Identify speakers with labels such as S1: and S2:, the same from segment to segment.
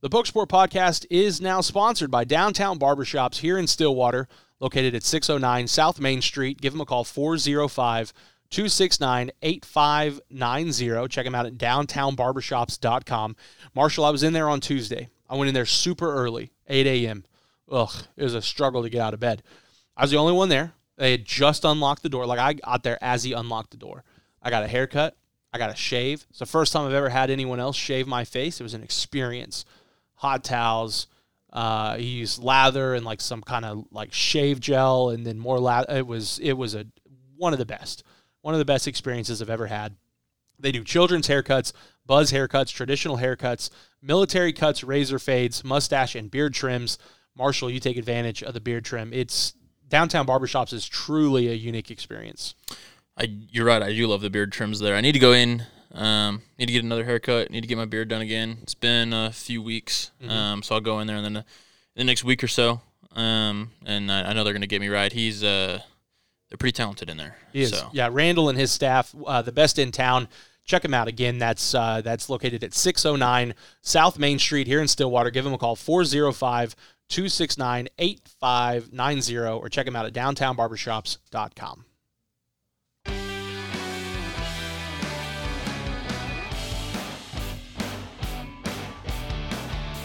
S1: The Pokesport podcast is now sponsored by Downtown Barbershops here in Stillwater, located at 609 South Main Street. Give them a call 405 269 8590. Check them out at downtownbarbershops.com. Marshall, I was in there on Tuesday. I went in there super early, 8 a.m. Ugh, it was a struggle to get out of bed. I was the only one there. They had just unlocked the door. Like I got there as he unlocked the door. I got a haircut. I got a shave. It's the first time I've ever had anyone else shave my face. It was an experience. Hot towels. Uh, he used lather and like some kind of like shave gel, and then more lather. It was it was a one of the best, one of the best experiences I've ever had. They do children's haircuts, buzz haircuts, traditional haircuts, military cuts, razor fades, mustache and beard trims. Marshall, you take advantage of the beard trim. It's downtown barbershops is truly a unique experience.
S2: I, you're right. I do love the beard trims there. I need to go in. Um, need to get another haircut. Need to get my beard done again. It's been a few weeks.
S1: Mm-hmm.
S2: Um, so I'll go in there and then the, the next week or so. Um, and I, I know they're gonna get me right. He's uh, they're pretty talented in there.
S1: He is.
S2: So
S1: Yeah, Randall and his staff, uh, the best in town. Check them out again. That's uh, that's located at 609 South Main Street here in Stillwater. Give them a call 405 269 8590 or check them out at downtownbarbershops.com.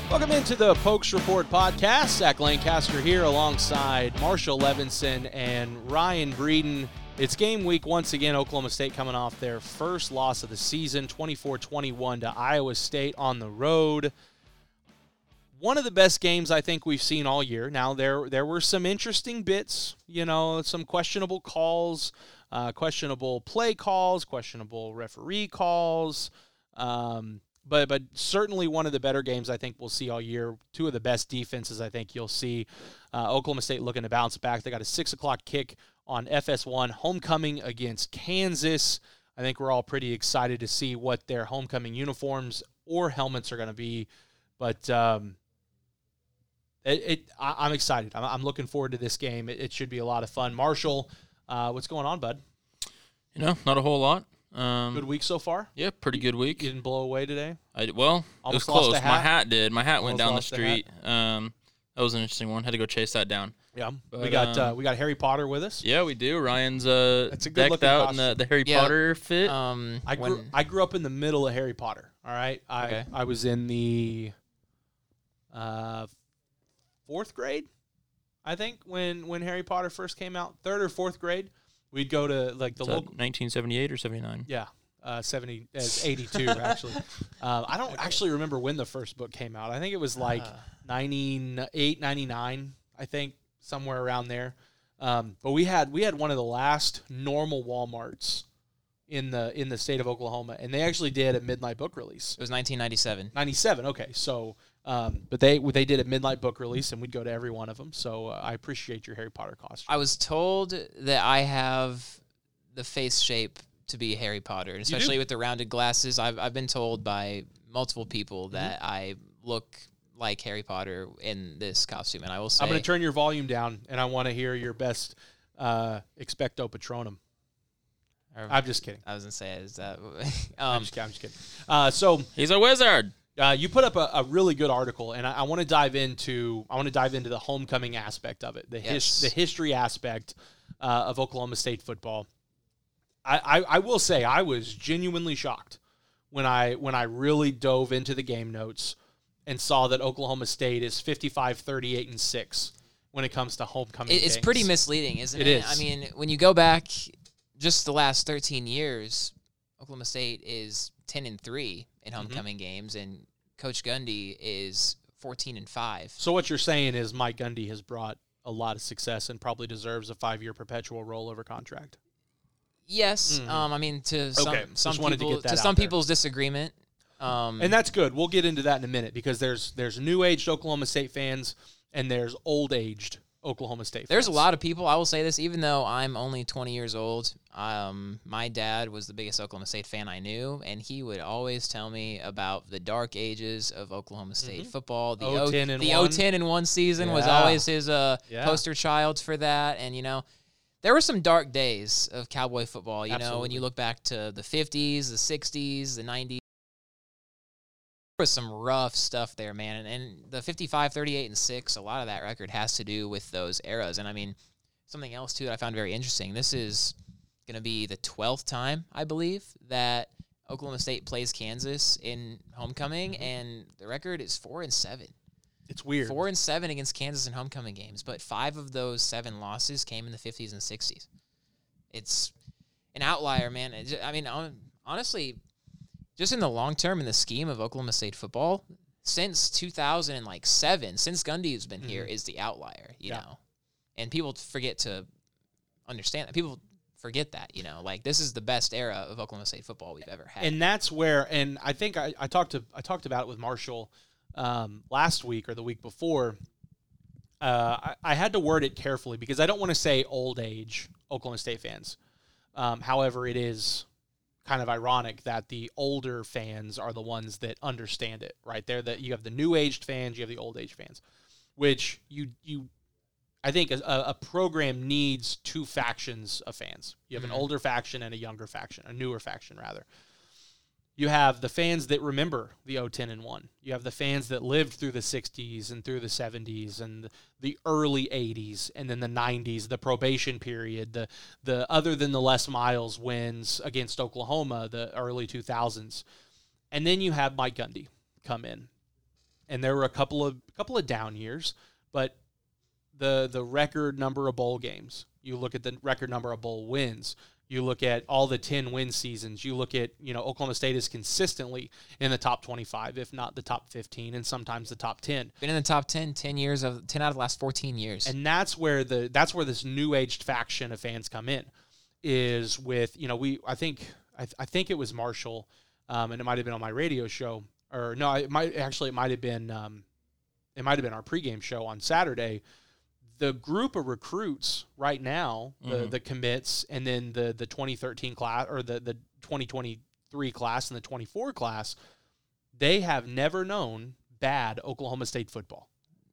S1: Welcome into the Pokes Report podcast. Zach Lancaster here alongside Marshall Levinson and Ryan Breeden. It's game week once again. Oklahoma State coming off their first loss of the season, 24 21 to Iowa State on the road. One of the best games I think we've seen all year. Now, there, there were some interesting bits, you know, some questionable calls, uh, questionable play calls, questionable referee calls. Um, but but certainly one of the better games I think we'll see all year. Two of the best defenses I think you'll see. Uh, Oklahoma State looking to bounce back. They got a six o'clock kick on FS1 homecoming against Kansas. I think we're all pretty excited to see what their homecoming uniforms or helmets are going to be. But um, it, it I, I'm excited. I'm, I'm looking forward to this game. It, it should be a lot of fun. Marshall, uh, what's going on, bud?
S2: you know, not a whole lot. Um,
S1: Good week so far.
S2: yeah, pretty good week.
S1: You didn't blow away today.
S2: I well, it was
S1: Almost lost
S2: close.
S1: a
S2: My
S1: hat.
S2: hat did. My hat went
S1: Almost
S2: down the
S1: lost a hat.
S2: street. Um, that was an interesting one. Had to go chase that down.
S1: Yeah, we
S2: But,
S1: got
S2: um,
S1: uh, we got Harry Potter with us.
S2: Yeah, we do. Ryan's uh
S1: That's a good
S2: decked
S1: looking
S2: out in the, the Harry
S3: Yeah.
S2: Potter fit.
S3: Um,
S1: I grew,
S3: when-
S1: I grew up in the middle of Harry Potter. All right, I
S2: Okay.
S1: I was in the uh, fourth grade, I think when when Harry Potter first came out, third or fourth grade. We'd go to like the
S2: Is that
S1: local,
S2: 1978 or 79.
S1: yeah, uh, seventy, uh, eighty two actually. Um, I don't actually remember when the first book came out. I think it was like
S3: Ah.
S1: 98, 99, I think somewhere around there. Um, but we had we had one of the last normal WalMarts in the in the state of Oklahoma, and they actually did a midnight book release.
S3: it was 1997.
S1: Ninety seven. Okay, so um, but they they did a midnight book release, and we'd go to every one of them. So uh, I appreciate your Harry Potter costume.
S3: I was told that I have the face shape to be Harry Potter, and
S1: do?
S3: especially with the rounded glasses. I've I've been told by multiple people
S1: Mm-hmm.
S3: that I look like Harry Potter in this costume, and I will say
S1: I'm going to turn your volume down, and I want to hear your best uh, expecto patronum.
S3: or-
S1: I'm just kidding.
S3: I was gonna say is that
S1: I'm
S3: um,
S1: just, kidding. I'm just kidding. Uh, so
S2: He's a wizard.
S1: uh, you put up a, a really good article, and I, I want to dive into I want to dive into the homecoming aspect of it, the his,
S3: Yes.
S1: the history aspect uh, of Oklahoma State football. I, I, I will say I was genuinely shocked when I when I really dove into the game notes and saw that Oklahoma State is 55, 38, and six when it comes to homecoming.
S3: it, it's
S1: games.
S3: pretty misleading, isn't
S1: It is.
S3: it? I mean, when you go back just the last 13 years, Oklahoma State is 10 and three
S1: Mm-hmm.
S3: in homecoming games, and Coach Gundy is 14 and five.
S1: So what you're saying is Mike Gundy has brought a lot of success and probably deserves a five year perpetual rollover contract.
S3: Yes.
S1: Mhm.
S3: Um, I mean, to some,
S1: Okay,
S3: some
S1: just wanted to
S3: people,
S1: get that out
S3: some
S1: there.
S3: people's disagreement. Um,
S1: and that's good. We'll get into that in a minute because there's there's new aged Oklahoma State fans and there's old aged Oklahoma State.
S3: there's a
S1: fans.
S3: lot of people. I will say this, even though I'm only 20 years old, um, my dad was the biggest Oklahoma State fan I knew, and he would always tell me about the dark ages of Oklahoma State football. The
S1: Oh, 10 and
S3: the
S1: one.
S3: 010 and one season was
S1: Yeah.
S3: always his uh,
S1: Yeah.
S3: poster child for that, and you know. There were some dark days of cowboy football, you know, when
S1: Absolutely.
S3: you look back to the 50s, the 60s, the 90s. was some rough stuff there, man. And, and the 55, 38, and 6, a lot of that record has to do with those eras. And I mean, something else, too, that I found very interesting. This is going to be the 12th time, I believe, that Oklahoma State plays Kansas in homecoming. And the record is 4 and 7.
S1: It's weird.
S3: Four and seven against Kansas in homecoming games, but five of those seven losses came in the fifties and sixties. It's an outlier, man. It ju- I mean, hon- honestly, just in the long term, in the scheme of Oklahoma State football, since two thousand and like seven, since Gundy's been here, is the outlier. You
S1: Mm-hmm. Yeah.
S3: know, and people forget to understand that. People forget that. You know, like this is the best era of Oklahoma State football we've ever had.
S1: and that's where and i think i, I talked to i talked about it with marshall um, last week or the week before uh, I, I had to word it carefully because i don't want to say old age oklahoma state fans um, however it is kind of ironic that the older fans are the ones that understand it right there that you have the new aged fans you have the old age fans which you you I think a, a program needs two factions of fans. You have an
S3: Mhm.
S1: older faction and a younger faction, a newer faction rather. You have the fans that remember the 010 and 1. You have the fans that lived through the 60s and through the 70s and the early 80s and then the 90s, the probation period, the the other than the Les Miles wins against Oklahoma, the early 2000s. And then you have Mike Gundy come in. And there were a couple of couple of down years, but the the record number of bowl games. You look at the record number of bowl wins. You look at all the 10 win seasons. You look at, you know, Oklahoma State is consistently in the top 25, if not the top 15 and sometimes the top 10.
S3: Been in the top 10, 10 years of ten out of the last fourteen years.
S1: And that's where the that's where this new aged faction of fans come in, is with you know we I think I, th- I think it was Marshall, um, and it might have been on my radio show or no it might actually it might have been um, it might have been our pregame show on Saturday. The group of recruits right now, the,
S2: Mhm.
S1: the commits, and then the the 2013 class or the the 2023 class and the 24 class, they have never known bad Oklahoma State football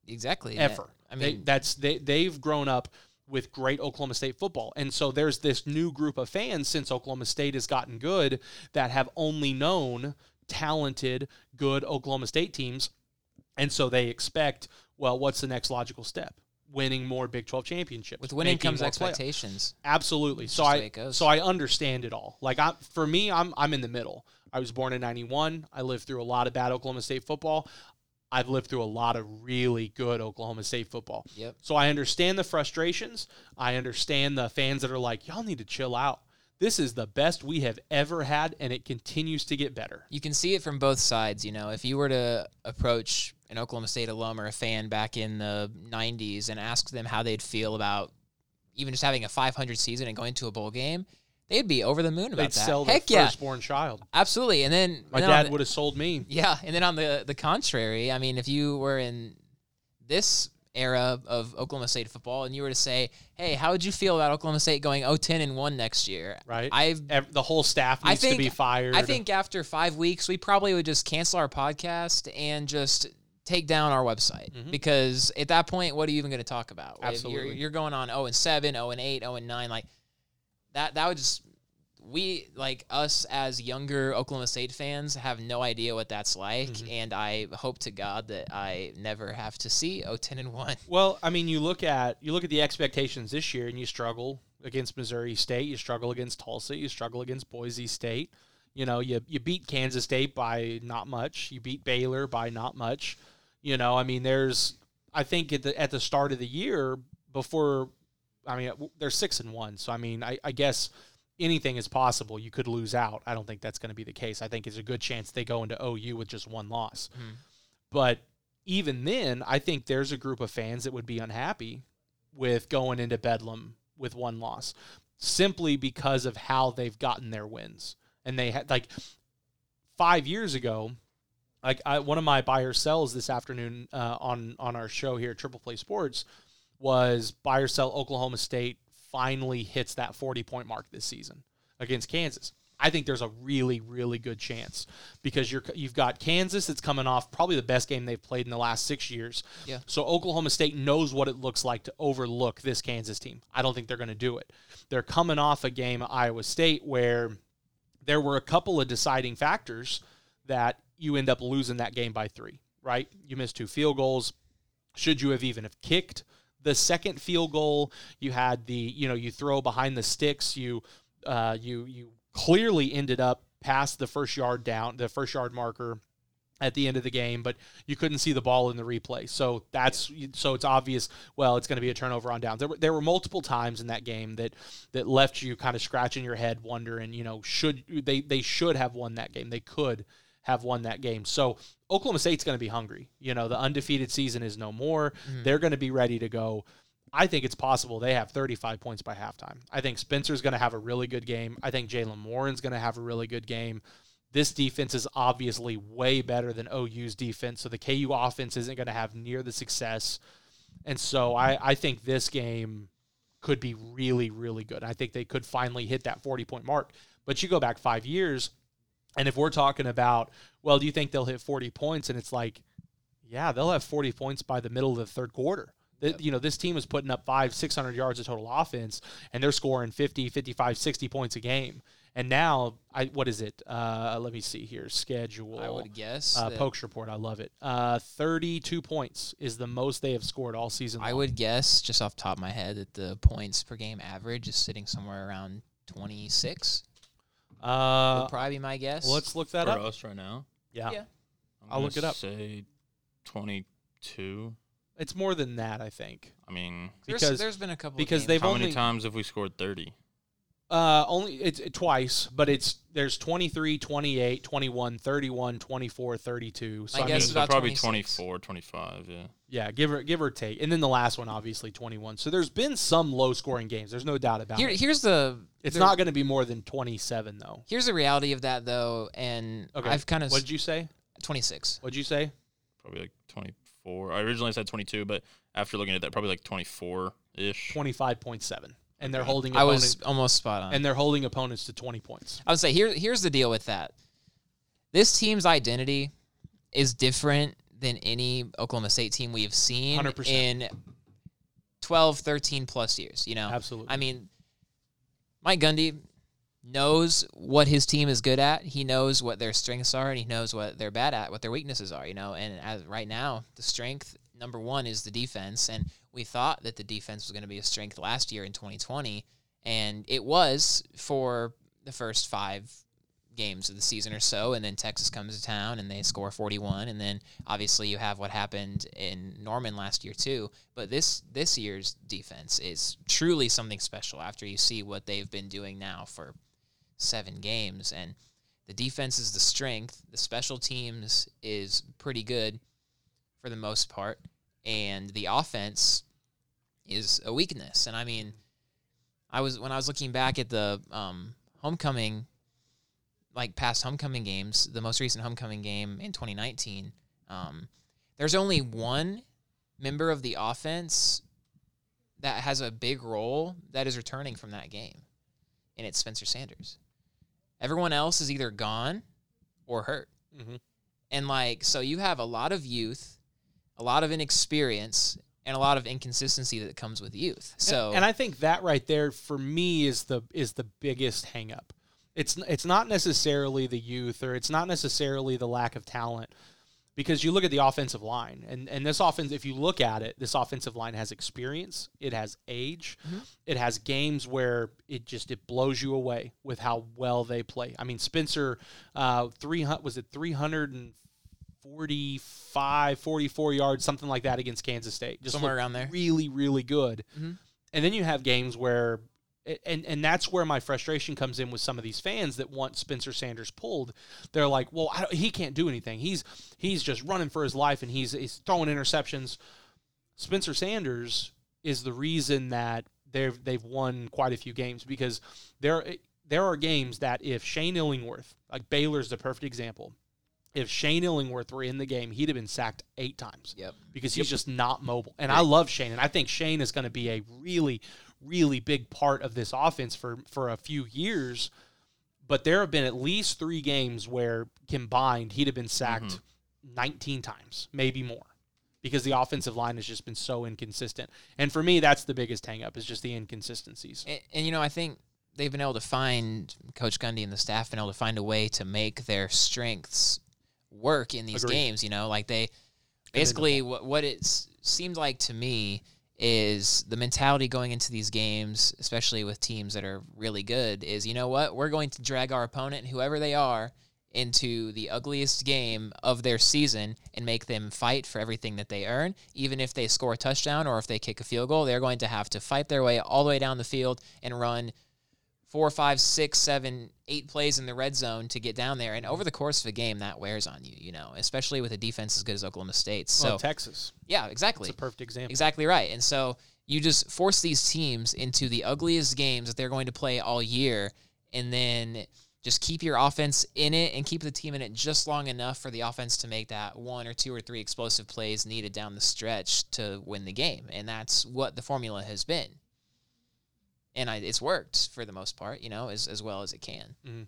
S3: exactly.
S1: ever.
S3: I
S1: They-
S3: mean-
S1: that's they they've grown up with great Oklahoma State football, and so there's this new group of fans since Oklahoma State has gotten good that have only known talented, good Oklahoma State teams, and so they expect well, what's the next logical step? Winning more Big Twelve championships
S3: With winning
S1: making
S3: comes
S1: more playoff-
S3: expectations.
S1: Absolutely. So
S3: just the way
S1: I
S3: it goes.
S1: so I understand it all. Like I for me, I'm I'm in the middle. I was born in '91. I lived through a lot of bad Oklahoma State football. I've lived through a lot of really good Oklahoma State football.
S3: Yep.
S1: So I understand the frustrations. I understand the fans that are like, y'all need to chill out. This is the best we have ever had, and it continues to get better.
S3: You can see it from both sides. You know, if you were to approach an Oklahoma State alum or a fan back in the 90s and ask them how they'd feel about even just having a 500 season and going to a bowl game, they'd be over the moon about
S1: They'd
S3: that.
S1: sell their
S3: Heck yeah,
S1: firstborn child.
S3: absolutely. And then
S1: My
S3: and then on
S1: dad
S3: the-
S1: would have sold me.
S3: Yeah, and then on the the contrary, I mean, if you were in this era of Oklahoma State football and you were to say, "Hey, how would you feel about Oklahoma State going 0-10 and 1 next year?"
S1: Right.
S3: I've
S1: Ev- The whole staff
S3: I
S1: needs
S3: think-
S1: to be fired.
S3: I think after five weeks, we probably would just cancel our podcast and just take down our website because at that point, what are you even going to talk about? If
S1: Mm-hmm. Absolutely.
S3: you're, you're going on zero and seven, zero and eight, zero and nine, like that. That would just we like us as younger Oklahoma State fans have no idea what that's like,
S1: Mm-hmm.
S3: and I hope to God that I never have to see 0-10 and one.
S1: Well, I mean, you look at you look at the expectations this year, and you struggle against Missouri State, you struggle against Tulsa, you struggle against Boise State. You know, you you beat Kansas State by not much, you beat Baylor by not much. You know, I mean, there's I think at the at the start of the year before, I mean, they're six and one, so I mean, I, I guess anything is possible. You could lose out. I don't think that's going to be the case. I think it's a good chance they go into OU with just one loss.
S3: Mhm.
S1: But even then, I think there's a group of fans that would be unhappy with going into Bedlam with one loss simply because of how they've gotten their wins. And they had like five years ago, like I, one of my buyer sells this afternoon uh, on on our show here at Triple Play Sports was buy or sell Oklahoma State finally hits that 40 point mark this season against Kansas. I think there's a really, really good chance because you're you've got Kansas that's coming off probably the best game they've played in the last six years.
S3: Yeah.
S1: So Oklahoma State knows what it looks like to overlook this Kansas team. I don't think they're going to do it. They're coming off a game at Iowa State where there were a couple of deciding factors that you end up losing that game by three, right? You missed two field goals. Should you have even have kicked the second field goal? You had the you know you throw behind the sticks. You uh, you you clearly ended up past the first yard down the first yard marker at the end of the game, but you couldn't see the ball in the replay. So that's so it's obvious. Well, it's going to be a turnover on downs. There were there were multiple times in that game that that left you kind of scratching your head, wondering, you know, should they they should have won that game? They could have won that game. So Oklahoma State's going to be hungry. You know, the undefeated season is no more. They're going to be ready to go. I think it's possible they have 35 points by halftime. I think Spencer's going to have a really good game. I think Jalen Warren's going to have a really good game this defense is obviously way better than OU's defense, so the KU offense isn't going to have near the success. And so I, I think this game could be really, really good. I think they could finally hit that 40 point mark. But you go back five years, and if we're talking about, well, do you think they'll hit 40 points? And it's like, yeah, they'll have 40 points by the middle of the third quarter. Th- You know, this team is putting up five, 600 yards of total offense, and they're scoring 50, 55, 60 points a game. And now, I what is it? Uh, let me see here. Schedule.
S3: I would guess.
S1: Uh,
S3: that-
S1: Pokes report. I love it. Uh, 32 points is the most they have scored all season.
S3: I
S1: long.
S3: would guess, just off the top of my head, that the points per game average is sitting somewhere around 26.
S1: Uh,
S3: would probably be my guess.
S1: let's look that
S2: for
S1: up.
S2: us right now.
S1: Yeah.
S3: Yeah.
S2: I'm
S1: I'll
S2: gonna
S1: look it up.
S2: Say twenty-two.
S1: It's more than that, I think.
S2: I mean,
S3: There's-
S1: because-
S3: there's been a couple
S1: because
S3: of
S1: they've
S3: games.
S2: how
S1: only-
S2: many times have we scored thirty?
S1: Uh, only it's it, twice, but it's there's 23, 28, 21, 31, 24, 32. So
S3: My
S1: I
S3: guess
S1: mean,
S3: is
S2: so
S3: about
S2: probably
S3: 26.
S2: 24, 25, Yeah.
S1: yeah, give or give or take. And then the last one obviously 21. So there's been some low scoring games. There's no doubt about
S3: Here,
S1: it.
S3: here's the
S1: It's
S3: the-
S1: not going to be more than 27 though.
S3: Here's the reality of that though, and
S1: Okay.
S3: I've kind of
S1: What did you say?
S3: 26.
S1: What did you say?
S2: Probably like twenty-four. I originally said twenty-two, but after looking at that, probably like twenty-four ish.
S1: 25.7. And they're holding
S3: I
S1: opponents,
S3: was almost spot on.
S1: and they're holding opponents to 20 points.
S3: I would say here here's the deal with that. This team's identity is different than any Oklahoma State team we have seen
S1: 100%.
S3: in 12, 13 plus years, you know.
S1: Absolutely.
S3: I mean, Mike Gundy knows what his team is good at. He knows what their strengths are, and he knows what they're bad at, what their weaknesses are. You know, and as right now, the strength number one is the defense, and we thought that the defense was going to be a strength last year in 2020, and it was for the first five games of the season or so and then Texas comes to town and they score 41 and then obviously you have what happened in Norman last year too but this this year's defense is truly something special after you see what they've been doing now for 7 games and the defense is the strength the special teams is pretty good for the most part and the offense is a weakness and I mean I was when I was looking back at the um, homecoming like past homecoming games, the most recent homecoming game in 2019, um, there's only one member of the offense that has a big role that is returning from that game, and it's Spencer Sanders. Everyone else is either gone or hurt.
S1: Mhm.
S3: And like, so you have a lot of youth, a lot of inexperience, and a lot of inconsistency that comes with youth. So,
S1: and, and I think that right there for me is the is the biggest hang up. It's it's not necessarily the youth or it's not necessarily the lack of talent because you look at the offensive line and and this offense if you look at it this offensive line has experience, it has age,
S3: Mm-hmm.
S1: it has games where it just it blows you away with how well they play. I mean Spencer uh 300 was it 300 and 45 44 yards something like that against Kansas State just
S3: Somewhere
S1: looked
S3: around there.
S1: really really good
S3: Mhm.
S1: and then you have games where and and that's where my frustration comes in with some of these fans that want Spencer Sanders pulled they're like well I don't, he can't do anything he's he's just running for his life and he's he's throwing interceptions Spencer Sanders is the reason that they've they've won quite a few games because there eh, there are games that if Shane Illingworth like Baylor's the perfect example if Shane Illingworth were in the game he'd have been sacked eight times
S3: yep.
S1: because he's just not mobile and I love Shane and I think Shane is going to be a really really big part of this offense for for a few years but there have been at least three games where combined he'd have been sacked Mm-hmm. 19 times, maybe more, because the offensive line has just been so inconsistent. And for me, that's the biggest hang up is just the inconsistencies.
S3: And, and you know, I think they've been able to find Coach Gundy and the staff been able to find a way to make their strengths work in these
S1: Agreed.
S3: games. You know, like they basically what what it s- seemed like to me is the mentality going into these games, especially with teams that are really good, is you know what we're going to drag our opponent, whoever they are, into the ugliest game of their season and make them fight for everything that they earn. Even if they score a touchdown or if they kick a field goal, they're going to have to fight their way all the way down the field and run four, five, six, seven, eight plays in the red zone to get down there. And over the course of a game, that wears on you, you know, especially with a defense as good as Oklahoma State's. So,
S1: Well, Texas,
S3: yeah,
S1: it's
S3: exactly.
S1: a perfect example.
S3: Exactly right. And so you just force these teams into the ugliest games that they're going to play all year and then just keep your offense in it and keep the team in it just long enough for the offense to make that one or two or three explosive plays needed down the stretch to win the game. And that's what the formula has been. And I, it's worked for the most part, you know, as, as well as it can.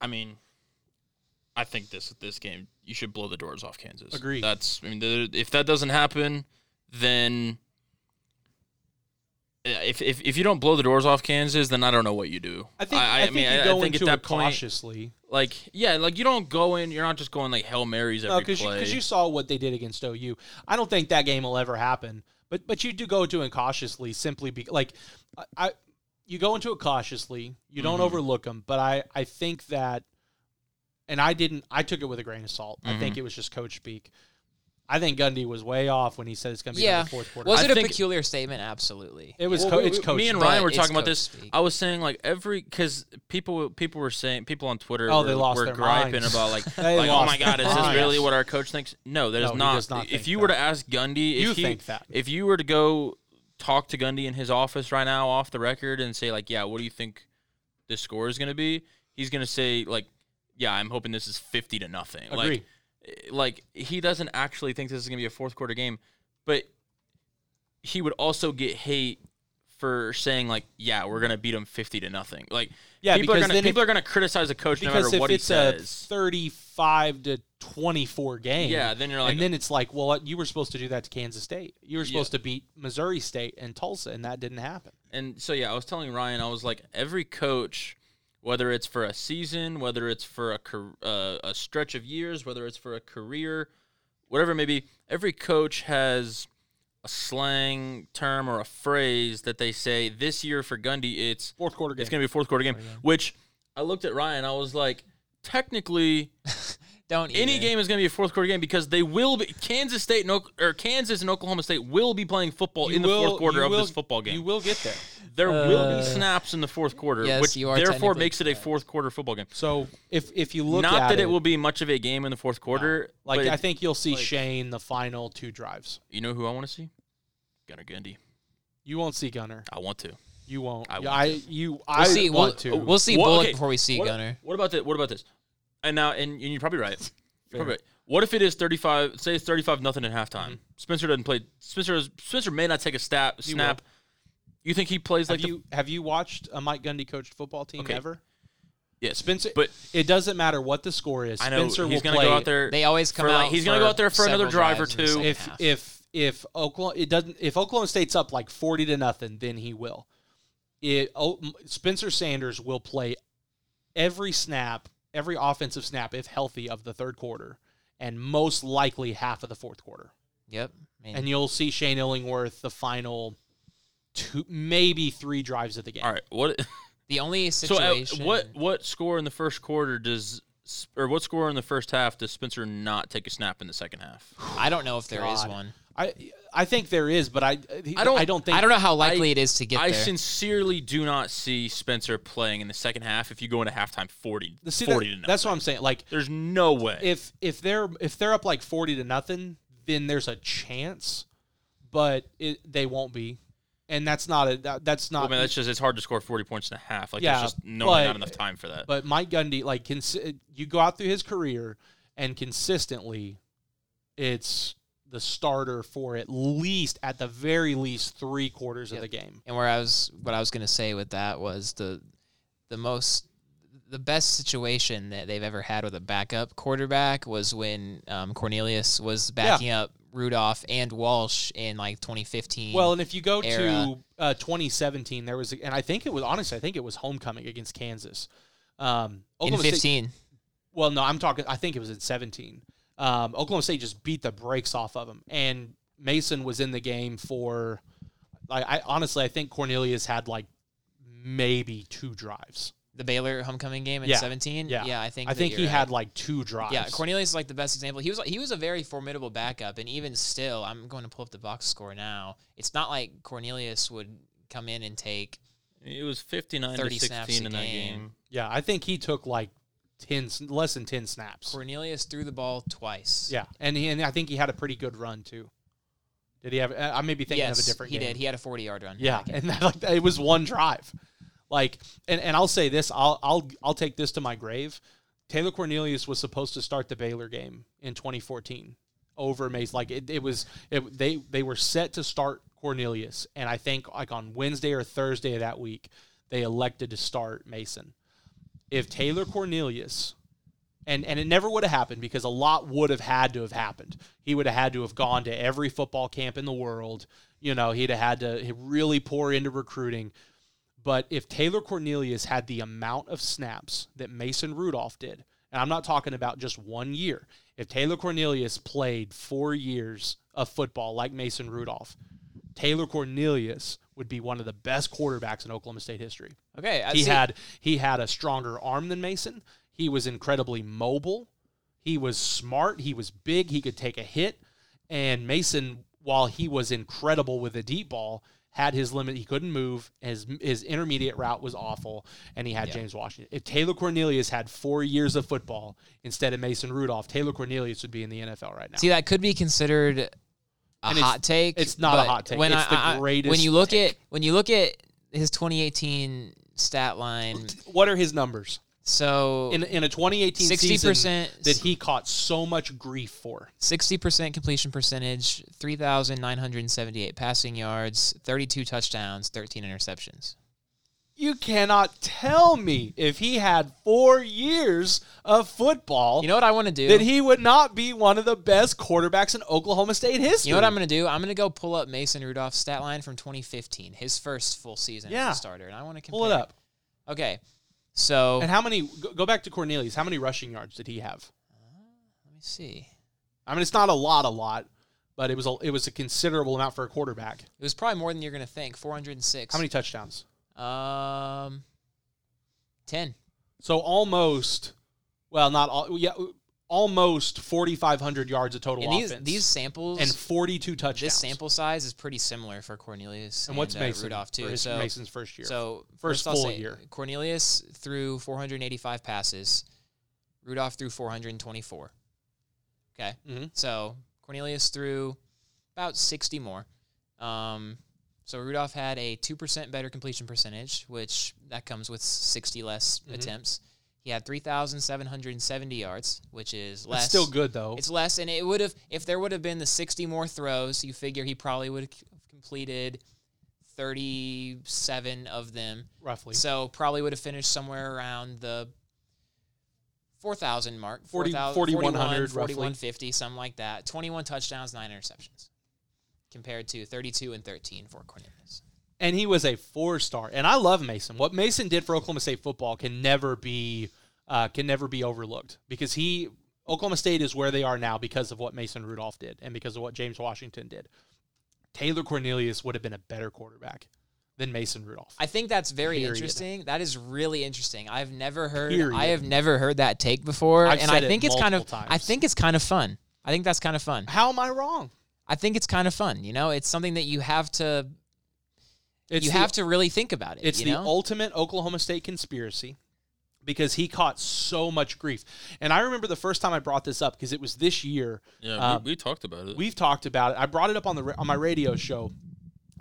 S2: I mean, I think this this game you should blow the doors off Kansas.
S1: Agreed.
S2: That's I mean, the, if that doesn't happen, then if, if if you don't blow the doors off Kansas, then I don't know what you do.
S1: I think I, think you go into it cautiously.
S2: like yeah, like you don't go in. You're not just going like hail marys every
S1: No, because
S2: play.
S1: you, saw what they did against OU. I don't think that game will ever happen. But but you do go into it cautiously, simply be like I, I you go into it cautiously. You don't
S2: Mhm.
S1: overlook them. But I I think that, and I didn't. I took it with a grain of salt. I
S2: Mm-hmm.
S1: think it was just coach speak. I think Gundy was way off when he said it's going to be
S3: Yeah.
S1: the fourth quarter.
S3: Was
S2: I
S1: I-
S3: it a
S2: think-
S3: peculiar statement? Absolutely.
S1: it was
S2: Well,
S1: co-
S2: we-
S1: it's
S2: we-
S1: coach.
S2: Me and
S1: speak.
S2: Ryan
S3: But
S2: were
S3: it's
S2: talking about
S3: coach
S2: this.
S3: speak.
S2: I was saying like every because people people were saying people on Twitter
S1: Oh,
S2: were,
S1: they lost
S2: were
S1: their
S2: griping
S1: minds.
S2: about like
S1: They
S2: like oh
S1: lost
S2: my god
S1: their
S2: is this
S1: minds.
S2: really what our coach thinks? No, that is
S1: No, he
S2: not.
S1: does not
S2: if
S1: think
S2: you were
S1: that.
S2: to ask Gundy, if
S1: You
S2: he,
S1: think that.
S2: if you were to go talk to Gundy in his office right now off the record and say like yeah what do you think this score is gonna be? He's gonna say like yeah I'm hoping this is fifty to nothing. Like
S1: Agree.
S2: like he doesn't actually think this is going to be a fourth quarter game, but he would also get hate for saying like, yeah, we're going to beat them 50 to nothing. Like
S1: Yeah,
S2: people are
S1: because
S2: going to
S1: then
S2: people
S1: if-
S2: are going to criticize a coach no
S1: because
S2: matter
S1: if
S2: what he
S1: it's a
S2: says.
S1: thirty-five to twenty-four game,
S2: yeah, then you're like
S1: and then it's like, well, you were supposed to do that to Kansas State. You were
S2: Yeah.
S1: supposed to beat Missouri State and Tulsa, and that didn't happen.
S2: and so yeah, I was telling Ryan, I was like, every coach, whether it's for a season, whether it's for a car- uh, a stretch of years, whether it's for a career, whatever it may be, every coach has a slang term or a phrase that they say. This year for Gundy, it's
S1: Fourth quarter game.
S2: it's gonna be a fourth quarter game. Which I looked at Ryan, I was like. Technically,
S3: Don't
S2: any
S3: even.
S2: game is going to be a fourth quarter game because they will be Kansas State and Ok- or Kansas and Oklahoma State will be playing football
S1: You
S2: in the
S1: will-
S2: fourth quarter
S1: you
S2: of
S1: will-
S2: this football game.
S1: You will get there.
S2: There will
S3: Uh,
S2: be snaps in the fourth quarter,
S3: yes,
S2: which
S3: you are
S2: therefore
S3: technically
S2: makes it a
S3: correct.
S2: fourth quarter football game.
S1: So if if you look
S2: Not
S1: at
S2: that it,
S1: it
S2: will be much of a game in the fourth quarter.
S1: like
S2: but
S1: I think you'll see
S2: like-
S1: Shane the final two drives.
S2: you know who I want to see? Gunnar Gundy.
S1: You won't see Gunner.
S2: I want to.
S1: You won't.
S2: I
S1: I,
S2: want
S1: you I
S3: We'll see. We'll,
S1: want to.
S3: we'll see
S2: What-
S3: Bullet
S2: okay,
S3: before we see
S2: what,
S3: Gunner.
S2: What about that? What about this? And now, and, you're probably right. You're probably right. What if it is 35? Say it's 35 nothing at halftime. Spencer doesn't play. Spencer is- Spencer may not take a stat,
S1: Mm-hmm. will.
S2: snap. You think he plays
S1: have
S2: like the-
S1: you have you watched a Mike Gundy coached football team
S2: Okay.
S1: ever?
S2: yeah,
S1: Spencer,
S2: But
S1: it doesn't matter what the score is.
S2: I know
S1: Spencer
S2: he's
S1: will
S2: going to
S1: play
S2: go out there.
S3: They always come
S2: for like-
S3: out
S2: He's gonna
S3: for
S2: go out there for another
S3: several
S2: drive or
S3: drives in the
S2: two.
S1: if
S3: second half.
S1: if if Oklahoma it doesn't if Oklahoma State's up like forty to nothing, then he will. It oh, M- Spencer Sanders will play every snap, every offensive snap, if healthy, of the third quarter, and most likely half of the fourth quarter.
S3: Yep. I mean,
S1: And you'll see Shane Illingworth the final two, maybe three drives of the game.
S2: All right, what?
S3: the only
S2: So uh,
S3: situation.
S2: what what score in the first quarter does or what score in the first half does Spencer not take a snap in the second half?
S3: I don't know if there is
S1: God.
S3: one.
S1: I I think there is, but I
S2: I don't-
S1: I don't think
S3: I don't know how likely it is to get
S2: I
S3: there.
S2: sincerely do not see Spencer playing in the second half if you go into halftime 40,
S1: See, that-
S2: 40 to nothing.
S1: That's what I'm saying. Like
S2: There's no way.
S1: if if they're if they're up like 40 to nothing then there's a chance but it, they won't be and that's not a that, that's
S2: I
S1: not
S2: mean, that's just it's hard to score 40 points and a half. Like
S1: Yeah,
S2: there's just no
S1: but-
S2: not enough time for that.
S1: but mike gundy like cons- you go out through his career and consistently it's the starter for at least at the very least three quarters of
S3: Yep.
S1: the game
S3: and where I was, what I was gonna say with that was the, the most, the best situation that they've ever had with a backup quarterback was when um, Cornelius was backing up Rudolph and Walsh in like 2015.
S1: well and if you go to
S3: Era.
S1: uh, 2017 there was and i think it was honestly i think it was homecoming against kansas um
S3: in
S1: Oklahoma State-
S3: 15,
S1: Well, no, I'm talking. I think it was in 17. Um, Oklahoma State just beat the brakes off of them, and Mason was in the game for. Like, I honestly, I think Cornelius had like maybe two drives.
S3: The Baylor homecoming game in
S1: Yeah.
S3: 17.
S1: Yeah.
S3: yeah, I think
S1: I
S3: that
S1: think
S3: you're
S1: he
S3: right.
S1: had like two drives.
S3: Yeah, Cornelius is like the best example. He was he was a very formidable backup, and even still, I'm going to pull up the box score now. It's not like Cornelius would come in and take.
S2: It was 59 to
S3: 30 snaps
S2: 16
S3: a
S2: in that
S3: game.
S2: game.
S1: yeah. I think he took like ten, s- less than ten snaps.
S3: Cornelius threw the ball twice.
S1: Yeah, and he, and I think he had a pretty good run too. Did he have? I may be thinking
S3: yes,
S1: of a different
S3: he
S1: game.
S3: did. He had a 40 yard run. in
S1: Yeah,
S3: that game.
S1: and that, like it was one drive. Like, and, and I'll say this, I'll I'll I'll take this to my grave. Taylor Cornelius was supposed to start the Baylor game in 2014 over Mason. Like it, it was it, they they were set to start Cornelius, and I think like on Wednesday or Thursday of that week, they elected to start Mason. If Taylor Cornelius and and it never would have happened because a lot would have had to have happened. He would have had to have gone to every football camp in the world. You know, he'd have had to really pour into recruiting. But if Taylor Cornelius had the amount of snaps that Mason Rudolph did, and I'm not talking about just one year, if Taylor Cornelius played four years of football like Mason Rudolph, Taylor Cornelius would be one of the best quarterbacks in Oklahoma State history
S3: Okay, I
S1: he
S3: see.
S1: had he had a stronger arm than Mason. He was incredibly mobile. He was smart. He was big. He could take a hit. And Mason, while he was incredible with the deep ball, had his limit. He couldn't move. His his intermediate route was awful, and he had
S3: Yeah.
S1: James Washington. If Taylor Cornelius had four years of football instead of Mason Rudolph, Taylor Cornelius would be in the NFL right now.
S3: See, that could be considered a
S1: And it's-
S3: hot take.
S1: it's not a
S3: but
S1: hot take.
S3: When
S1: It's
S3: I-
S1: the
S3: I- When
S1: greatest
S3: you look at when you look at his 2018 stat line,
S1: what are his numbers
S3: so
S1: in in a 2018 season
S3: 60%
S1: that he caught so much grief for?
S3: 60% completion percentage, 3,978 passing yards, 32 touchdowns, 13 interceptions.
S1: You cannot tell me if he had four years of football
S3: You know what I want to do?
S1: that he would not be one of the best quarterbacks in Oklahoma State history.
S3: you know what I'm going to do? I'm going to go pull up Mason Rudolph's stat line from 2015, his first full season
S1: Yeah.
S3: as a starter, and I want to compare.
S1: pull it up?
S3: Okay. So,
S1: And how many? go- Go back to Cornelius. How many rushing yards did he have?
S3: let me see.
S1: I mean, it's not a lot, a lot, but it was a it was a considerable amount for a quarterback.
S3: It was probably more than you're going to think. 406.
S1: How many touchdowns?
S3: Um, 10.
S1: So almost, well, not all, yeah, almost forty five hundred yards of total
S3: And these,
S1: offense.
S3: these samples,
S1: and forty two touchdowns.
S3: this sample size is pretty similar for Cornelius
S1: and what's
S3: uh,
S1: Mason
S3: Rudolph, too.
S1: for his-
S3: so,
S1: Mason's first year.
S3: So
S1: First
S3: first, I'll
S1: full
S3: say
S1: year.
S3: Cornelius threw 485 passes. Rudolph threw 424. Okay,
S1: hmm
S3: so Cornelius threw about 60 more. Um, so Rudolph had a two percent better completion percentage, which that comes with 60 less
S1: Mhm.
S3: attempts. He had 3,770 yards, which is
S1: That's
S3: less.
S1: still good though.
S3: It's less, and it would have if there would have been the sixty more throws. You figure he probably would have c- completed thirty-seven of them,
S1: roughly.
S3: so probably would have finished somewhere around the four thousand mark,
S1: 40
S3: 4,000
S1: 4,100 roughly.
S3: 4,150, something like that. Twenty-one touchdowns, nine interceptions, compared to thirty-two and thirteen for Cornelius.
S1: and he was a four star. And I love Mason. What Mason did for Oklahoma State football can never be uh, can never be overlooked because he Oklahoma State is where they are now because of what Mason Rudolph did and because of what James Washington did. Taylor Cornelius would have been a better quarterback than Mason Rudolph.
S3: I think that's very
S1: Period.
S3: interesting. That is really interesting. I've never heard.
S1: Period.
S3: I have never heard that take before,
S1: I've
S3: and
S1: said
S3: I
S1: it
S3: think it's kind of.
S1: multiple
S3: I
S1: times.
S3: think it's kind of fun. I think that's kind of fun.
S1: How am I wrong?
S3: I think it's kind of fun. You know, it's something that you have to.
S1: It's
S3: you
S1: the-
S3: have to really think about it.
S1: It's
S3: you
S1: the
S3: know?
S1: ultimate Oklahoma State conspiracy because he caught so much grief. And I remember the first time I brought this up because it was this year
S2: Yeah,
S1: Uh,
S2: we, we talked about it.
S1: we've talked about it. I brought it up on the ra- on my radio show,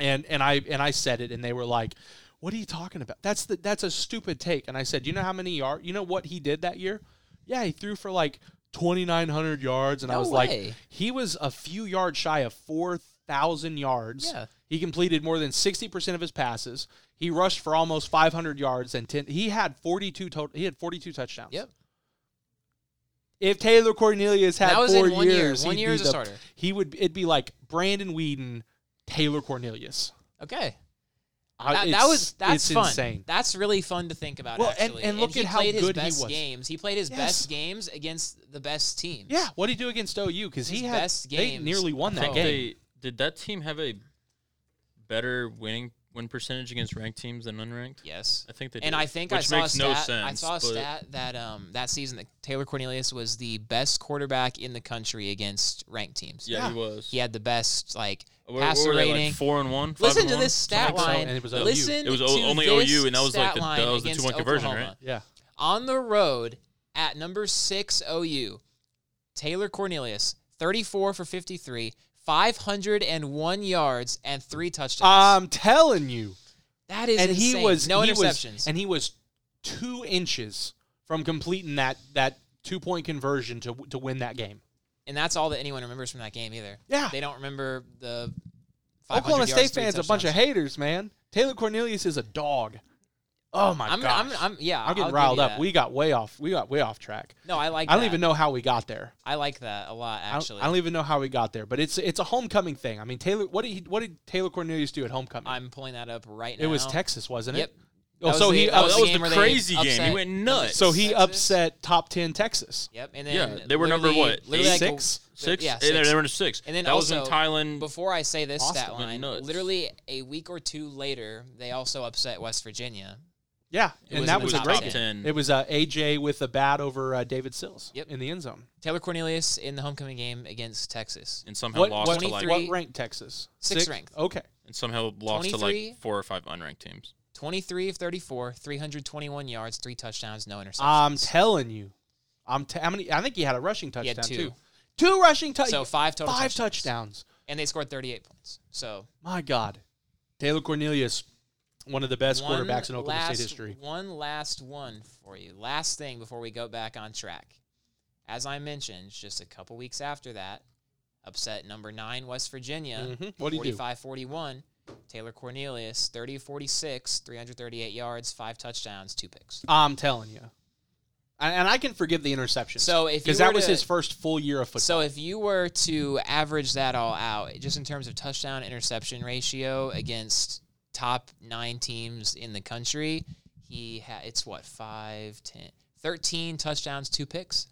S1: and and I and I said it, and they were like, "What are you talking about? That's the that's a stupid take." And I said, "You know how many yards? You know what he did that year? Yeah, he threw for like twenty nine hundred yards." And I
S3: No
S1: was like,
S3: way.
S1: "He was a few yards shy of four thousand yards."
S3: Yeah.
S1: He completed more than sixty percent of his passes. He rushed for almost five hundred yards and ten. He had forty two total. He had forty two touchdowns.
S3: Yep.
S1: If Taylor Cornelius had
S3: That was
S1: four
S3: in one year.
S1: years,
S3: One
S1: he'd
S3: year
S1: be
S3: as a
S1: the-
S3: starter.
S1: He would. It'd be like Brandon Whedon, Taylor Cornelius.
S3: Okay.
S1: I-
S3: that, that
S1: it's-
S3: was that's
S1: it's
S3: fun.
S1: insane.
S3: That's really fun to think about.
S1: Well, and-
S3: actually,
S1: and look
S3: he
S1: at how
S3: played his
S1: good he
S3: best
S1: was.
S3: games. He played his
S1: Yes.
S3: best games against the best teams.
S1: Yeah, what did he do against OU? Because he
S3: His
S1: had
S3: best
S1: they
S3: games.
S1: nearly won
S2: I
S1: that
S2: think
S1: game.
S2: they- did that team have a better winning win percentage against ranked teams than unranked?
S3: Yes.
S2: I think they did.
S3: And I think
S2: which
S3: I saw
S2: makes
S3: a stat.
S2: no sense.
S3: I saw a
S2: but
S3: stat that um that season that Taylor Cornelius was the best quarterback in the country against ranked teams.
S2: Yeah,
S1: Yeah.
S2: he was.
S3: He had the best like
S2: What- what
S3: passer
S2: were they, like,
S3: rating.
S2: four and one. Five
S3: Listen
S2: and
S3: to
S2: one?
S3: this stat
S1: Something like so,
S3: line.
S1: and it was OU.
S3: Listen,
S2: It was
S3: to
S2: o- only
S3: this
S2: OU, and that was, like,
S3: stat
S2: the-
S3: line
S2: that was the
S3: against
S2: 2-1 conversion,
S3: Oklahoma.
S2: right?
S1: Yeah,
S3: On the road at number six OU, Taylor Cornelius, thirty-four for fifty-three, five hundred and one yards and three touchdowns.
S1: I'm telling you.
S3: that is
S1: Uh, and he
S3: insane.
S1: was
S3: no
S1: he was-
S3: interceptions.
S1: and he was two inches from completing that that two point conversion to to win that game.
S3: and that's all that anyone remembers from that game either.
S1: Yeah.
S3: they don't remember the. 500
S1: Oklahoma
S3: yards,
S1: State
S3: three
S1: fans a bunch of
S3: touchdowns.
S1: haters, man. Taylor Cornelius is a dog. Oh my
S3: I'm,
S1: gosh.
S3: I'm, I'm, yeah,
S1: I'm getting
S3: I'll give
S1: riled
S3: you
S1: up.
S3: that.
S1: We got way off. We got way off track.
S3: no, I like.
S1: I don't
S3: that.
S1: even know how we got there.
S3: I like that a lot,
S1: I don't-
S3: actually.
S1: I don't even know how we got there, but it's it's a homecoming thing. I mean, Taylor, what did he, what did Taylor Cornelius do at homecoming?
S3: I'm pulling that up right now.
S1: it was Texas, wasn't it?
S3: Yep.
S1: Oh,
S3: That
S1: so
S3: was
S1: he
S3: the-
S2: Oh,
S1: ups-
S3: was
S2: that was
S3: game
S2: the
S3: where they
S2: crazy game. He
S3: upset-
S2: went nuts.
S1: so he
S3: Texas.
S1: upset top ten Texas.
S3: Yep. And then
S2: Yeah, they were number
S3: literally-
S2: what,
S3: literally like
S1: six?
S3: a-
S2: six.
S3: Yeah,
S2: They,
S3: six.
S2: they were to six.
S3: And then
S2: that was
S3: also-
S2: in Thailand.
S3: Before I say this
S1: Austin
S3: stat
S2: went
S3: line,
S2: nuts.
S3: literally a week or two later, they also upset West Virginia.
S1: Yeah,
S3: It
S1: and
S3: was
S1: that
S3: in
S1: was
S3: the
S1: a
S3: top
S1: great
S3: 10.
S1: game. It was uh, AJ with the bat over uh, David Sills
S3: Yep.
S1: in the end zone.
S3: Taylor Cornelius in the homecoming game against Texas.
S2: and somehow
S1: What,
S2: lost
S1: what,
S2: to like
S3: 23
S1: what ranked Texas?
S3: Sixth ranked.
S1: Okay.
S2: and somehow lost to
S3: 23?
S2: like four or five unranked teams.
S3: 23 of 34, 321 yards, three touchdowns, no interceptions.
S1: I'm telling you. I'm t- how many? I think he had a rushing touchdown
S3: had
S1: too.
S3: two.
S1: Two rushing touchdowns.
S3: so five total
S1: five
S3: touchdowns.
S1: touchdowns.
S3: And they scored 38 points. So
S1: My God, Taylor Cornelius, one of the best
S3: one
S1: quarterbacks in Oklahoma
S3: last,
S1: State history.
S3: One last one for you. Last thing before we go back on track. As I mentioned, just a couple weeks after that, upset number nine, West Virginia.
S1: Mhm. What'd he do?
S3: 45 41. Taylor Cornelius, 30 of 46, 338 yards, five touchdowns, two picks.
S1: I'm telling you, and, and I can forgive the interception.
S3: So if you
S1: because that
S3: were
S1: was
S3: to-
S1: his first full year of football.
S3: So if you were to average that all out, just in terms of touchdown interception ratio against top nine teams in the country, he ha- it's what five, ten, thirteen touchdowns, two picks.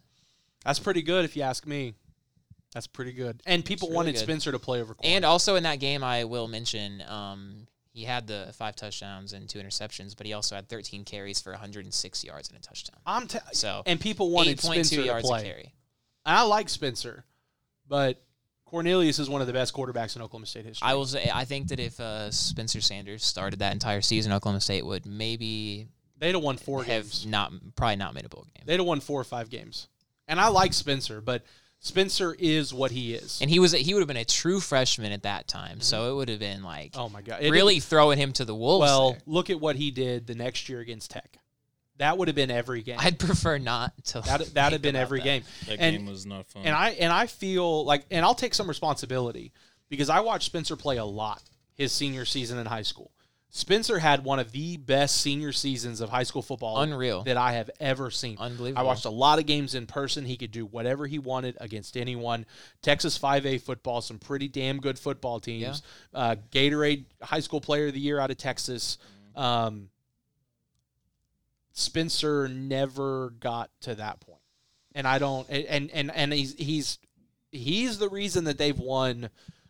S1: That's pretty good, if you ask me. That's pretty good. And people
S3: really
S1: wanted
S3: good.
S1: Spencer to play over Corn.
S3: And also in that game, I will mention um, he had the five touchdowns and two interceptions, but he also had 13 carries for 106 yards and a touchdown.
S1: I'm t-
S3: So
S1: and people wanted
S3: 8.2
S1: Spencer to
S3: yards a
S1: play.
S3: carry.
S1: And I like Spencer, but Cornelius is one of the best quarterbacks in Oklahoma State history.
S3: I will say I think that if uh, Spencer Sanders started that entire season, Oklahoma State would maybe
S1: They'd have won four
S3: have
S1: games.
S3: not probably not made a bowl game.
S1: They'd have won four or five games. And I like Spencer, but Spencer is what he is.
S3: And he was he would have been a true freshman at that time, so it would have been like
S1: Mm-hmm. oh my god! It-
S3: really throwing him to the wolves.
S1: Well,
S3: there.
S1: look at what he did the next year against Tech. That would have been every game.
S3: I'd prefer not to.
S1: that that'd have
S3: think
S1: been
S3: about
S1: every
S3: that.
S1: game.
S2: That
S1: and
S2: game was not fun.
S1: and I and I feel like and I'll take some responsibility because I watched Spencer play a lot his senior season in high school. Spencer had one of the best senior seasons of high school football
S3: Unreal.
S1: that I have ever seen.
S3: Unbelievable.
S1: I watched a lot of games in person. He could do whatever he wanted against anyone. Texas 5A football, some pretty damn good football teams. Uh, Gatorade High School Player of the Year out of Texas. Um, Spencer never got to that point, and I don't. And and and he's he's he's the reason that they've won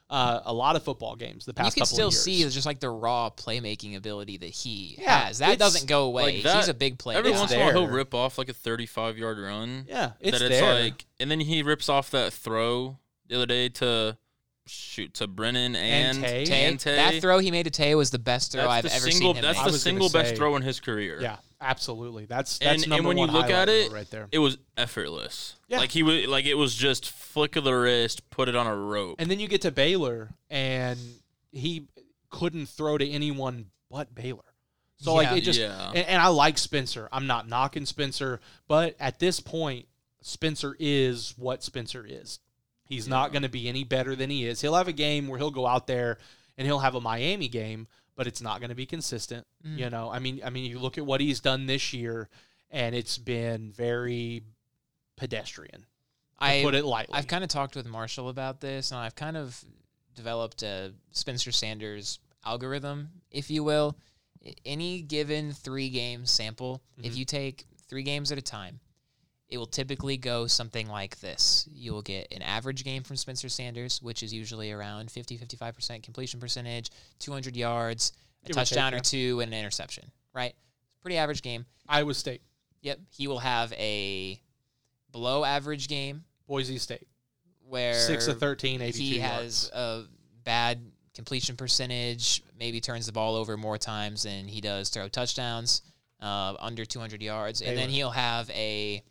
S1: uh, a lot of football games the
S3: You
S1: past
S3: can
S1: couple
S3: still
S1: of years.
S3: see just like the raw playmaking ability that he
S1: Yeah,
S3: has.
S1: it's-
S3: That doesn't go away.
S2: like that-
S3: He's a big player.
S2: Every
S1: It's
S2: once in a while, he'll
S1: there.
S2: rip off like a 35 yard run.
S1: yeah, it's
S2: that it's
S1: there.
S2: like, and then he rips off that throw the other day to shoot to Brennan and,
S1: And Tay.
S3: Tay,
S2: and Tay.
S3: That throw he made to Tay was the best throw
S2: That's
S3: I've
S2: the
S3: ever
S2: single,
S3: seen him
S2: That's
S1: I
S3: make.
S2: the
S1: was gonna
S2: single best
S1: say-
S2: throw in his career.
S1: yeah, absolutely. That's that's
S2: and, and
S1: number
S2: when you
S1: one
S2: look at
S1: highlight
S2: it,
S1: right there.
S2: it was effortless.
S1: Yeah.
S2: Like he was, like it was just flick of the wrist, put it on a rope.
S1: And then you get to Baylor, and he couldn't throw to anyone but Baylor. So like
S3: Yeah.
S1: it just
S2: Yeah.
S1: and, and I like Spencer. I'm not knocking Spencer, but at this point, Spencer is what Spencer is. He's not going to be any better than he is. He'll have a game where he'll go out there and he'll have a Miami game, but it's not going to be consistent.
S3: Mm-hmm. Mm.
S1: You know, I mean, I mean, you look at what he's done this year, and it's been very pedestrian. To
S3: I
S1: put it lightly.
S3: I've kind of talked with Marshall about this, and I've kind of developed a Spencer Sanders algorithm, if you will, i- any given three game sample, if
S1: Mhm.
S3: you take three games at a time, it will typically go something like this. You will get an average game from Spencer Sanders, which is usually around 50 55% completion percentage, 200 yards, a
S1: Give or take,
S3: touchdown
S1: yeah.
S3: or two, and an interception, right? Pretty average game.
S1: Iowa State,
S3: Yep. He will have a below average game
S1: Boise State,
S3: where
S1: six of 13, 82
S3: he
S1: yards.
S3: has a bad completion percentage, maybe turns the ball over more times than he does throw touchdowns, uh, under 200 yards. And then
S1: Baylor.
S3: he'll have a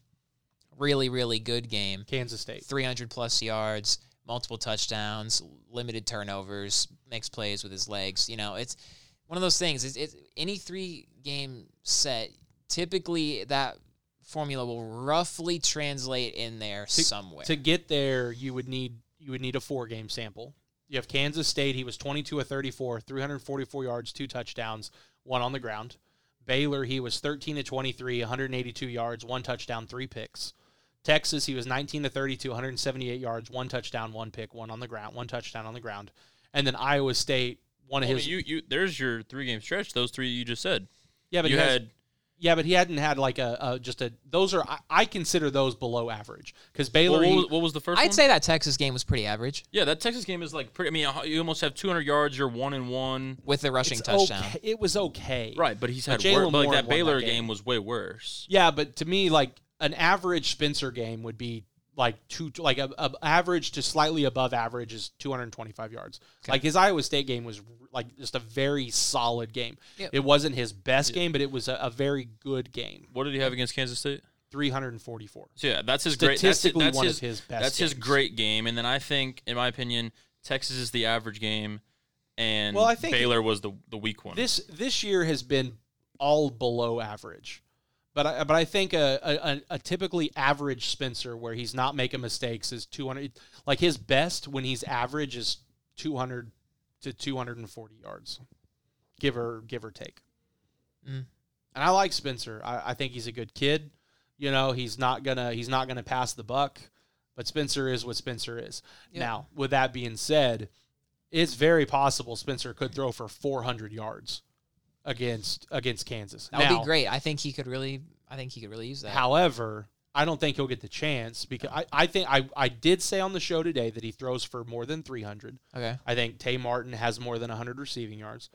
S3: really, really good game
S1: Kansas State,
S3: 300 plus yards, multiple touchdowns, limited turnovers, makes plays with his legs. You know, it's one of those things. It's, it's any three game set. Typically, that formula will roughly translate in there somewhere.
S1: To get there, you would need you would need a four game sample. You have Kansas State. He was twenty two of thirty four, three hundred forty four yards, two touchdowns, one on the ground. Baylor, he was thirteen to twenty three, one hundred eighty two yards, one touchdown, three picks. Texas, he was nineteen to thirty two, one hundred seventy eight yards, one touchdown, one pick, one on the ground, one touchdown on the ground, and then Iowa State. One of
S2: Well,
S1: his
S2: you, you, there's your three game stretch. Those three you just said.
S1: yeah, but
S2: you
S1: he has-
S2: had
S1: yeah, but he hadn't had like a, a just a those are I, I consider those below average because
S2: well,
S1: Baylor
S2: what,
S1: he-
S2: was, what was the first?
S3: I'd
S2: one?
S3: say that Texas game was pretty average
S2: yeah, that Texas game is like pretty. I mean, uh, you almost have 200 yards. You're one and one.
S3: with the rushing
S1: it's
S3: touchdown.
S1: okay- It was okay,
S2: Right, but he's
S1: But
S2: had
S1: Jalen
S2: wor- but like
S1: Warren
S2: that
S1: won that
S2: Baylor
S1: game.
S2: game. was way worse.
S1: Yeah, but to me, like an average Spencer game would be like two, like a, a average to slightly above average is 225 yards.
S3: Okay.
S1: Like his Iowa State game was like just a very solid game.
S3: Yep.
S1: It wasn't his best game, but it was a, a very good game.
S2: What did he have against Kansas State?
S1: 344.
S2: So yeah, that's his great. That's,
S1: Statistically,
S2: that's
S1: one
S2: his,
S1: of his best.
S2: that's his
S1: games.
S2: great game. And then I think, in my opinion, Texas is the average game, and
S1: Well, I think-
S2: Baylor was the the weak one.
S1: This this year has been all below average, but I, but I think a, a, a- a typically average Spencer where he's not making mistakes is two hundred. Like his best when he's average is two hundred to two hundred and forty yards, give or give or take.
S3: Mm.
S1: And I like Spencer. I, I think he's a good kid. You know, he's not gonna he's not gonna pass the buck. But Spencer is what Spencer is.
S3: Yep.
S1: Now, with that being said, it's very possible Spencer could throw for 400 yards against against Kansas.
S3: that would
S1: Now,
S3: be great. I think he could really. I think he could really use that.
S1: However, I don't think he'll get the chance because I, I think I, I did say on the show today that he throws for more than 300.
S3: Okay.
S1: I think Tay Martin has more than 100 receiving yards.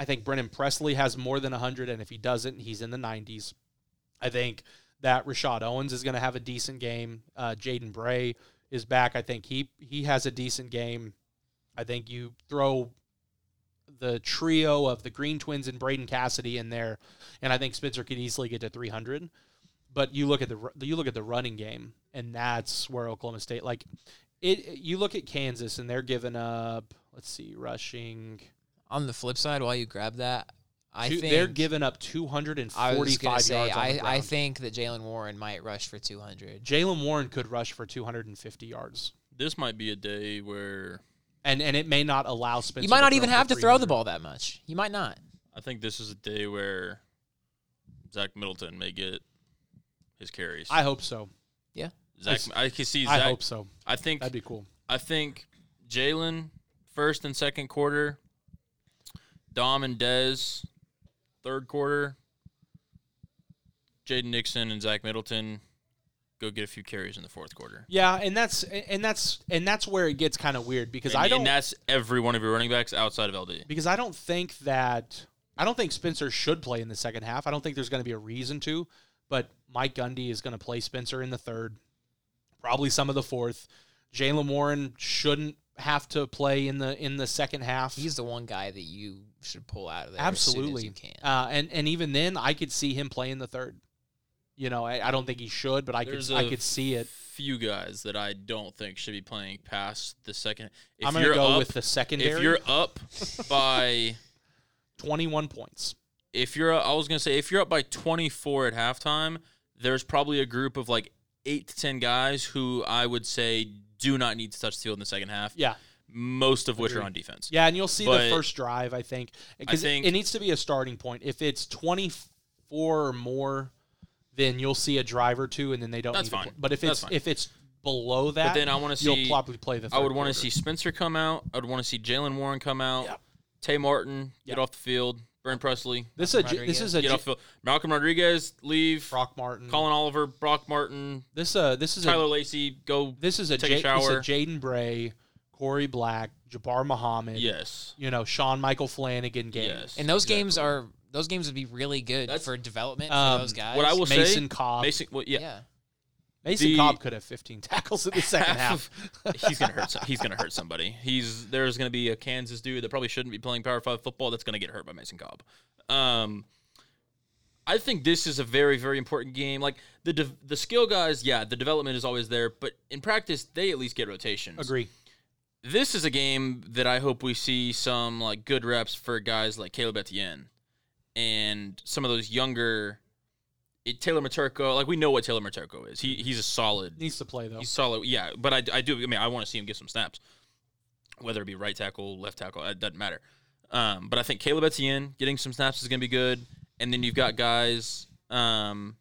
S1: I think Brennan Presley has more than 100, and if he doesn't, he's in the 90s. I think that Rashad Owens is going to have a decent game. Uh, Jaden Bray is back. I think he he has a decent game. I think you throw the trio of the Green Twins and Braden Cassidy in there, and I think Spencer could easily get to 300. But you look at the ru- you look at the running game, and that's where Oklahoma State like it. You look at Kansas, and they're giving up. Let's see, rushing.
S3: On the flip side, while you grab that, I
S1: two-
S3: think
S1: they're giving up
S3: I was
S1: 245
S3: gonna
S1: yards.
S3: say,
S1: on the
S3: I, I
S1: ground.
S3: think that Jalen Warren might rush for 200.
S1: Jalen Warren could rush for 250 yards,
S2: this might be a day where
S1: and and it may not allow Spencer.
S3: you might
S1: to
S3: not
S1: throw
S3: even
S1: for
S3: have to throw
S1: 300.
S3: the ball that much. You might not.
S2: I think this is a day where Zach Middleton may get his carries.
S1: I hope so.
S2: Zach, I can see. Zach,
S1: I hope so.
S2: I think
S1: That'd be cool.
S2: I think Jalen first and second quarter, Dom and Dez third quarter, Jaden Nixon and Zach Middleton go get a few carries in the fourth quarter.
S1: Yeah, and that's and that's and that's where it gets kind of weird because
S2: And,
S1: I
S2: and
S1: don't
S2: that's every one of your running backs outside of LD.
S1: because I don't think that I don't think Spencer should play in the second half. I don't think there's going to be a reason to, but Mike Gundy is going to play Spencer in the third, probably some of the fourth. Jalen Warren shouldn't have to play in the in the second half.
S3: He's the one guy that you should pull out of there as
S1: absolutely
S3: soon as you can.
S1: Uh, and and even then, I could see him play in the third. You know, I, I don't think he should, but I
S2: There's
S1: could I
S2: a
S1: could see it.
S2: Few guys that I don't think should be playing past the second. If
S1: I'm going to
S2: you're
S1: go
S2: up,
S1: with the secondary.
S2: if you're up by
S1: 21 points.
S2: if you're I was gonna say if you're up by 24 at halftime, there's probably a group of like eight to ten guys who I would say do not need to touch the field in the second half.
S1: Yeah.
S2: Most of which are
S1: Agreed.
S2: on defense.
S1: Yeah, and you'll see
S2: But-
S1: the first drive, I think, because
S2: I think-
S1: it needs to be a starting point. If it's 24 or more, then you'll see a drive or two, and then they don't.
S2: That's
S1: need to
S2: fine.
S1: play. But if
S2: That's
S1: it's
S2: fine.
S1: if it's below that,
S2: then I wanna
S1: you'll
S2: see-
S1: probably play the.
S2: I
S1: third
S2: would want
S1: quarter.
S2: to see Spencer come out. I would want to see Jalen Warren come out.
S1: Yep.
S2: Tay Martin, get
S1: Yeah.
S2: off the field. Burn Presley,
S1: This is a
S3: Malcolm
S1: J- this is a
S2: get
S1: J-
S2: off the field. Malcolm Rodriguez, leave.
S1: Brock Martin.
S2: Colin Oliver, Brock Martin,
S1: This uh this is
S2: Tyler
S1: a
S2: Lacey, go.
S1: this is a,
S2: take a
S1: J- this is
S2: shower.
S1: a Jaden Bray, Corey Black, Jabbar Muhammad.
S2: Yes.
S1: You know Sean Michael Flanagan game.
S2: Yes.
S3: And those
S2: exactly.
S3: games are those games would be really good
S2: That's-
S3: for development
S1: Um,
S3: for those guys.
S2: What I will
S1: Mason
S2: say,
S1: Cobb.
S2: Mason, well, yeah,
S3: yeah.
S1: Mason
S2: the-
S1: Cobb could have 15 tackles in the second half.
S2: of- he's gonna hurt. some- He's gonna hurt somebody. He's there's gonna be a Kansas dude that probably shouldn't be playing Power Five football that's gonna get hurt by Mason Cobb. Um, I think this is a very very important game. Like the de- the skill guys, yeah, the development is always there, but in practice they at least get rotations.
S1: Agree.
S2: This is a game that I hope we see some like good reps for guys like Caleb Etienne and some of those younger. It, Taylor Maturko, like we know what Taylor Maturko is. He he's a solid
S1: Needs to play though.
S2: He's solid. Yeah, but I, I do. I mean, I want to see him get some snaps, whether it be right tackle, left tackle. It doesn't matter. Um, but I think Caleb Etienne getting some snaps is going to be good. And then you've got guys um,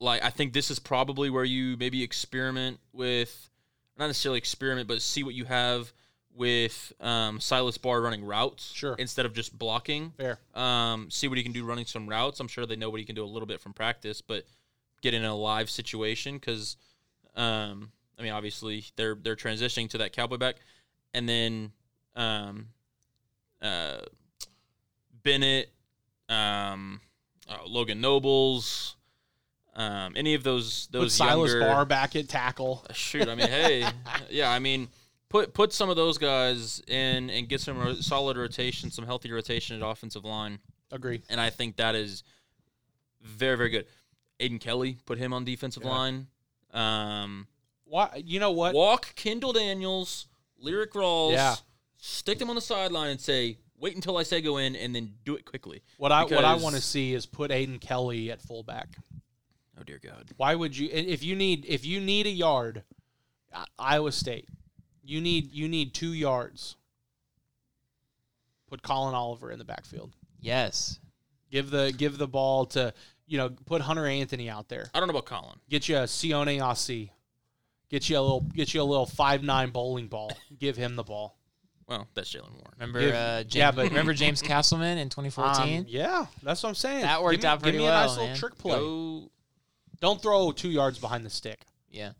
S2: like I think this is probably where you maybe experiment with, not necessarily experiment, but see what you have with um, Silas Barr running routes
S1: Sure.
S2: instead of just blocking.
S1: Fair.
S2: Um, see what he can do running some routes. I'm sure they know what he can do a little bit from practice, but get in a live situation because, um, I mean, obviously they're they're transitioning to that cowboy back, and then um, uh, Bennett, um, uh, Logan Nobles, um, any of those those
S1: Put Silas
S2: younger,
S1: Barr back at tackle.
S2: shoot i mean hey yeah i mean put put some of those guys in and get some ro- solid rotation some healthy rotation at offensive line
S1: Agree.
S2: and i think that is very very good aiden kelly put him on defensive
S1: Yeah.
S2: line um
S1: Why? You know what?
S2: walk kendall daniels lyric rawls
S1: Yeah.
S2: stick them on the sideline and say wait until i say go in and then do it quickly
S1: What I what I
S2: because-
S1: want to see is put Aiden Kelly at fullback.
S2: oh dear god
S1: Why would you? and If you need if you need a yard, I- Iowa State, you need you need two yards. Put Colin Oliver in the backfield.
S3: Yes.
S1: Give the give the ball to you know put Hunter Anthony out there.
S2: i don't know about colin
S1: Get you a Sione Asi. Get you a little get you a little five nine bowling ball. Give him the ball.
S2: well that's jalen warren
S3: Remember
S1: If-
S3: uh James,
S1: yeah, but-
S3: remember James Castleman in twenty
S1: Um,
S3: fourteen?
S1: yeah, that's what I'm saying.
S3: That worked
S1: give me,
S3: out pretty
S1: give me
S3: well,
S1: a nice
S3: man.
S1: little trick play.
S2: Go-
S1: Don't throw two yards behind the stick.
S3: Yeah.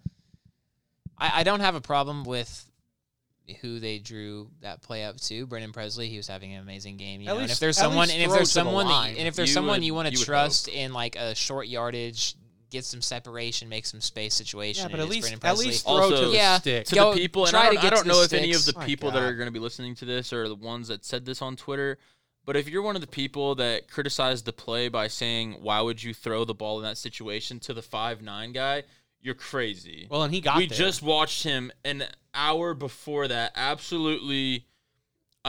S3: I, I don't have a problem with who they drew that play up to. Brendan Presley, he was having an amazing game. You
S1: At
S3: know? and
S1: least-
S3: if there's
S1: at
S3: someone
S1: least
S3: and if
S1: throw
S3: there's
S1: to the
S3: someone that,
S1: line.
S3: and if there's
S2: You
S3: someone
S2: would-
S3: you want
S2: you
S3: to
S2: would
S3: trust in like a short yardage, get some separation, make some space situation.
S1: Yeah, but
S3: it
S1: at
S3: is
S1: least
S3: Brendan
S1: at
S3: Presley.
S1: least throw
S2: Also-
S1: to the
S3: Yeah.
S1: stick.
S2: to
S3: Go
S2: the people, and
S3: try
S2: I
S3: to
S2: don't,
S3: get
S2: I
S3: to
S2: don't
S3: the
S2: know if any of the
S3: sticks.
S1: My
S2: people that
S1: God.
S2: are going to be listening to this are the ones that said this on Twitter, but if you're one of the people that criticized the play by saying, "Why would you throw the ball in that situation to the five nine guy?" You're crazy.
S1: Well, and he got
S2: we
S1: there.
S2: just watched him an hour before that absolutely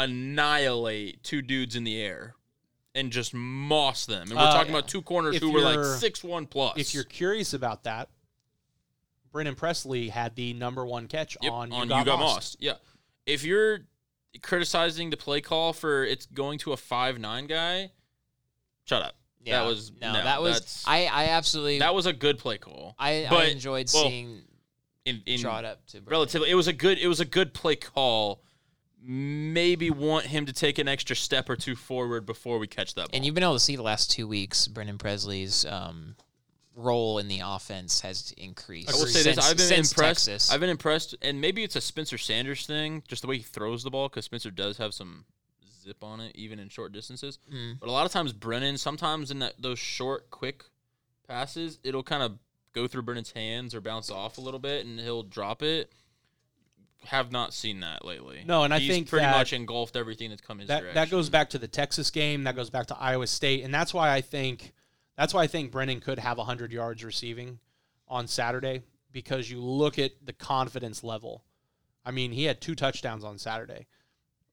S2: annihilate two dudes in the air and just moss them. And we're
S1: Uh,
S2: talking
S1: yeah.
S2: about two corners
S1: If
S2: who were like
S1: you're-
S2: six one plus.
S1: if you're curious about that, Brennan Presley had the number one catch
S2: Yep,
S1: on,
S2: on
S1: you, got Mossed.
S2: Yeah. If you're criticizing the play call for it's going to a five nine guy, shut up.
S3: Yeah.
S2: That was
S3: no, that was
S2: that's-
S3: I, I absolutely
S2: that was a good play call.
S3: I, I
S2: but-
S3: enjoyed
S2: well,
S3: seeing
S2: In, in
S3: draw it up to Brendan.
S2: relatively, it was a good it was a good play call. Maybe want him to take an extra step or two forward before we catch that ball.
S3: And you've been able to see the last two weeks, Brendan Presley's um, role in the offense has increased.
S2: I will say
S3: since,
S2: this: I've been
S3: since
S2: impressed.
S3: Texas.
S2: I've been impressed, and maybe it's a Spencer Sanders thing, just the way he throws the ball, because Spencer does have some zip on it, even in short distances.
S3: Mm.
S2: But a lot of times, Brennan, sometimes in that those short, quick passes, it'll kind of go through Brennan's hands or bounce off a little bit, and he'll drop it. Have not seen that lately.
S1: No, and I
S2: He's
S1: think
S2: pretty
S1: that-
S2: much engulfed everything that's come his
S1: That
S2: direction.
S1: that goes back to the Texas game. That goes back to Iowa State, and that's why I think that's why I think Brennan could have 100 yards receiving on Saturday because you look at the confidence level. I mean, he had two touchdowns on Saturday.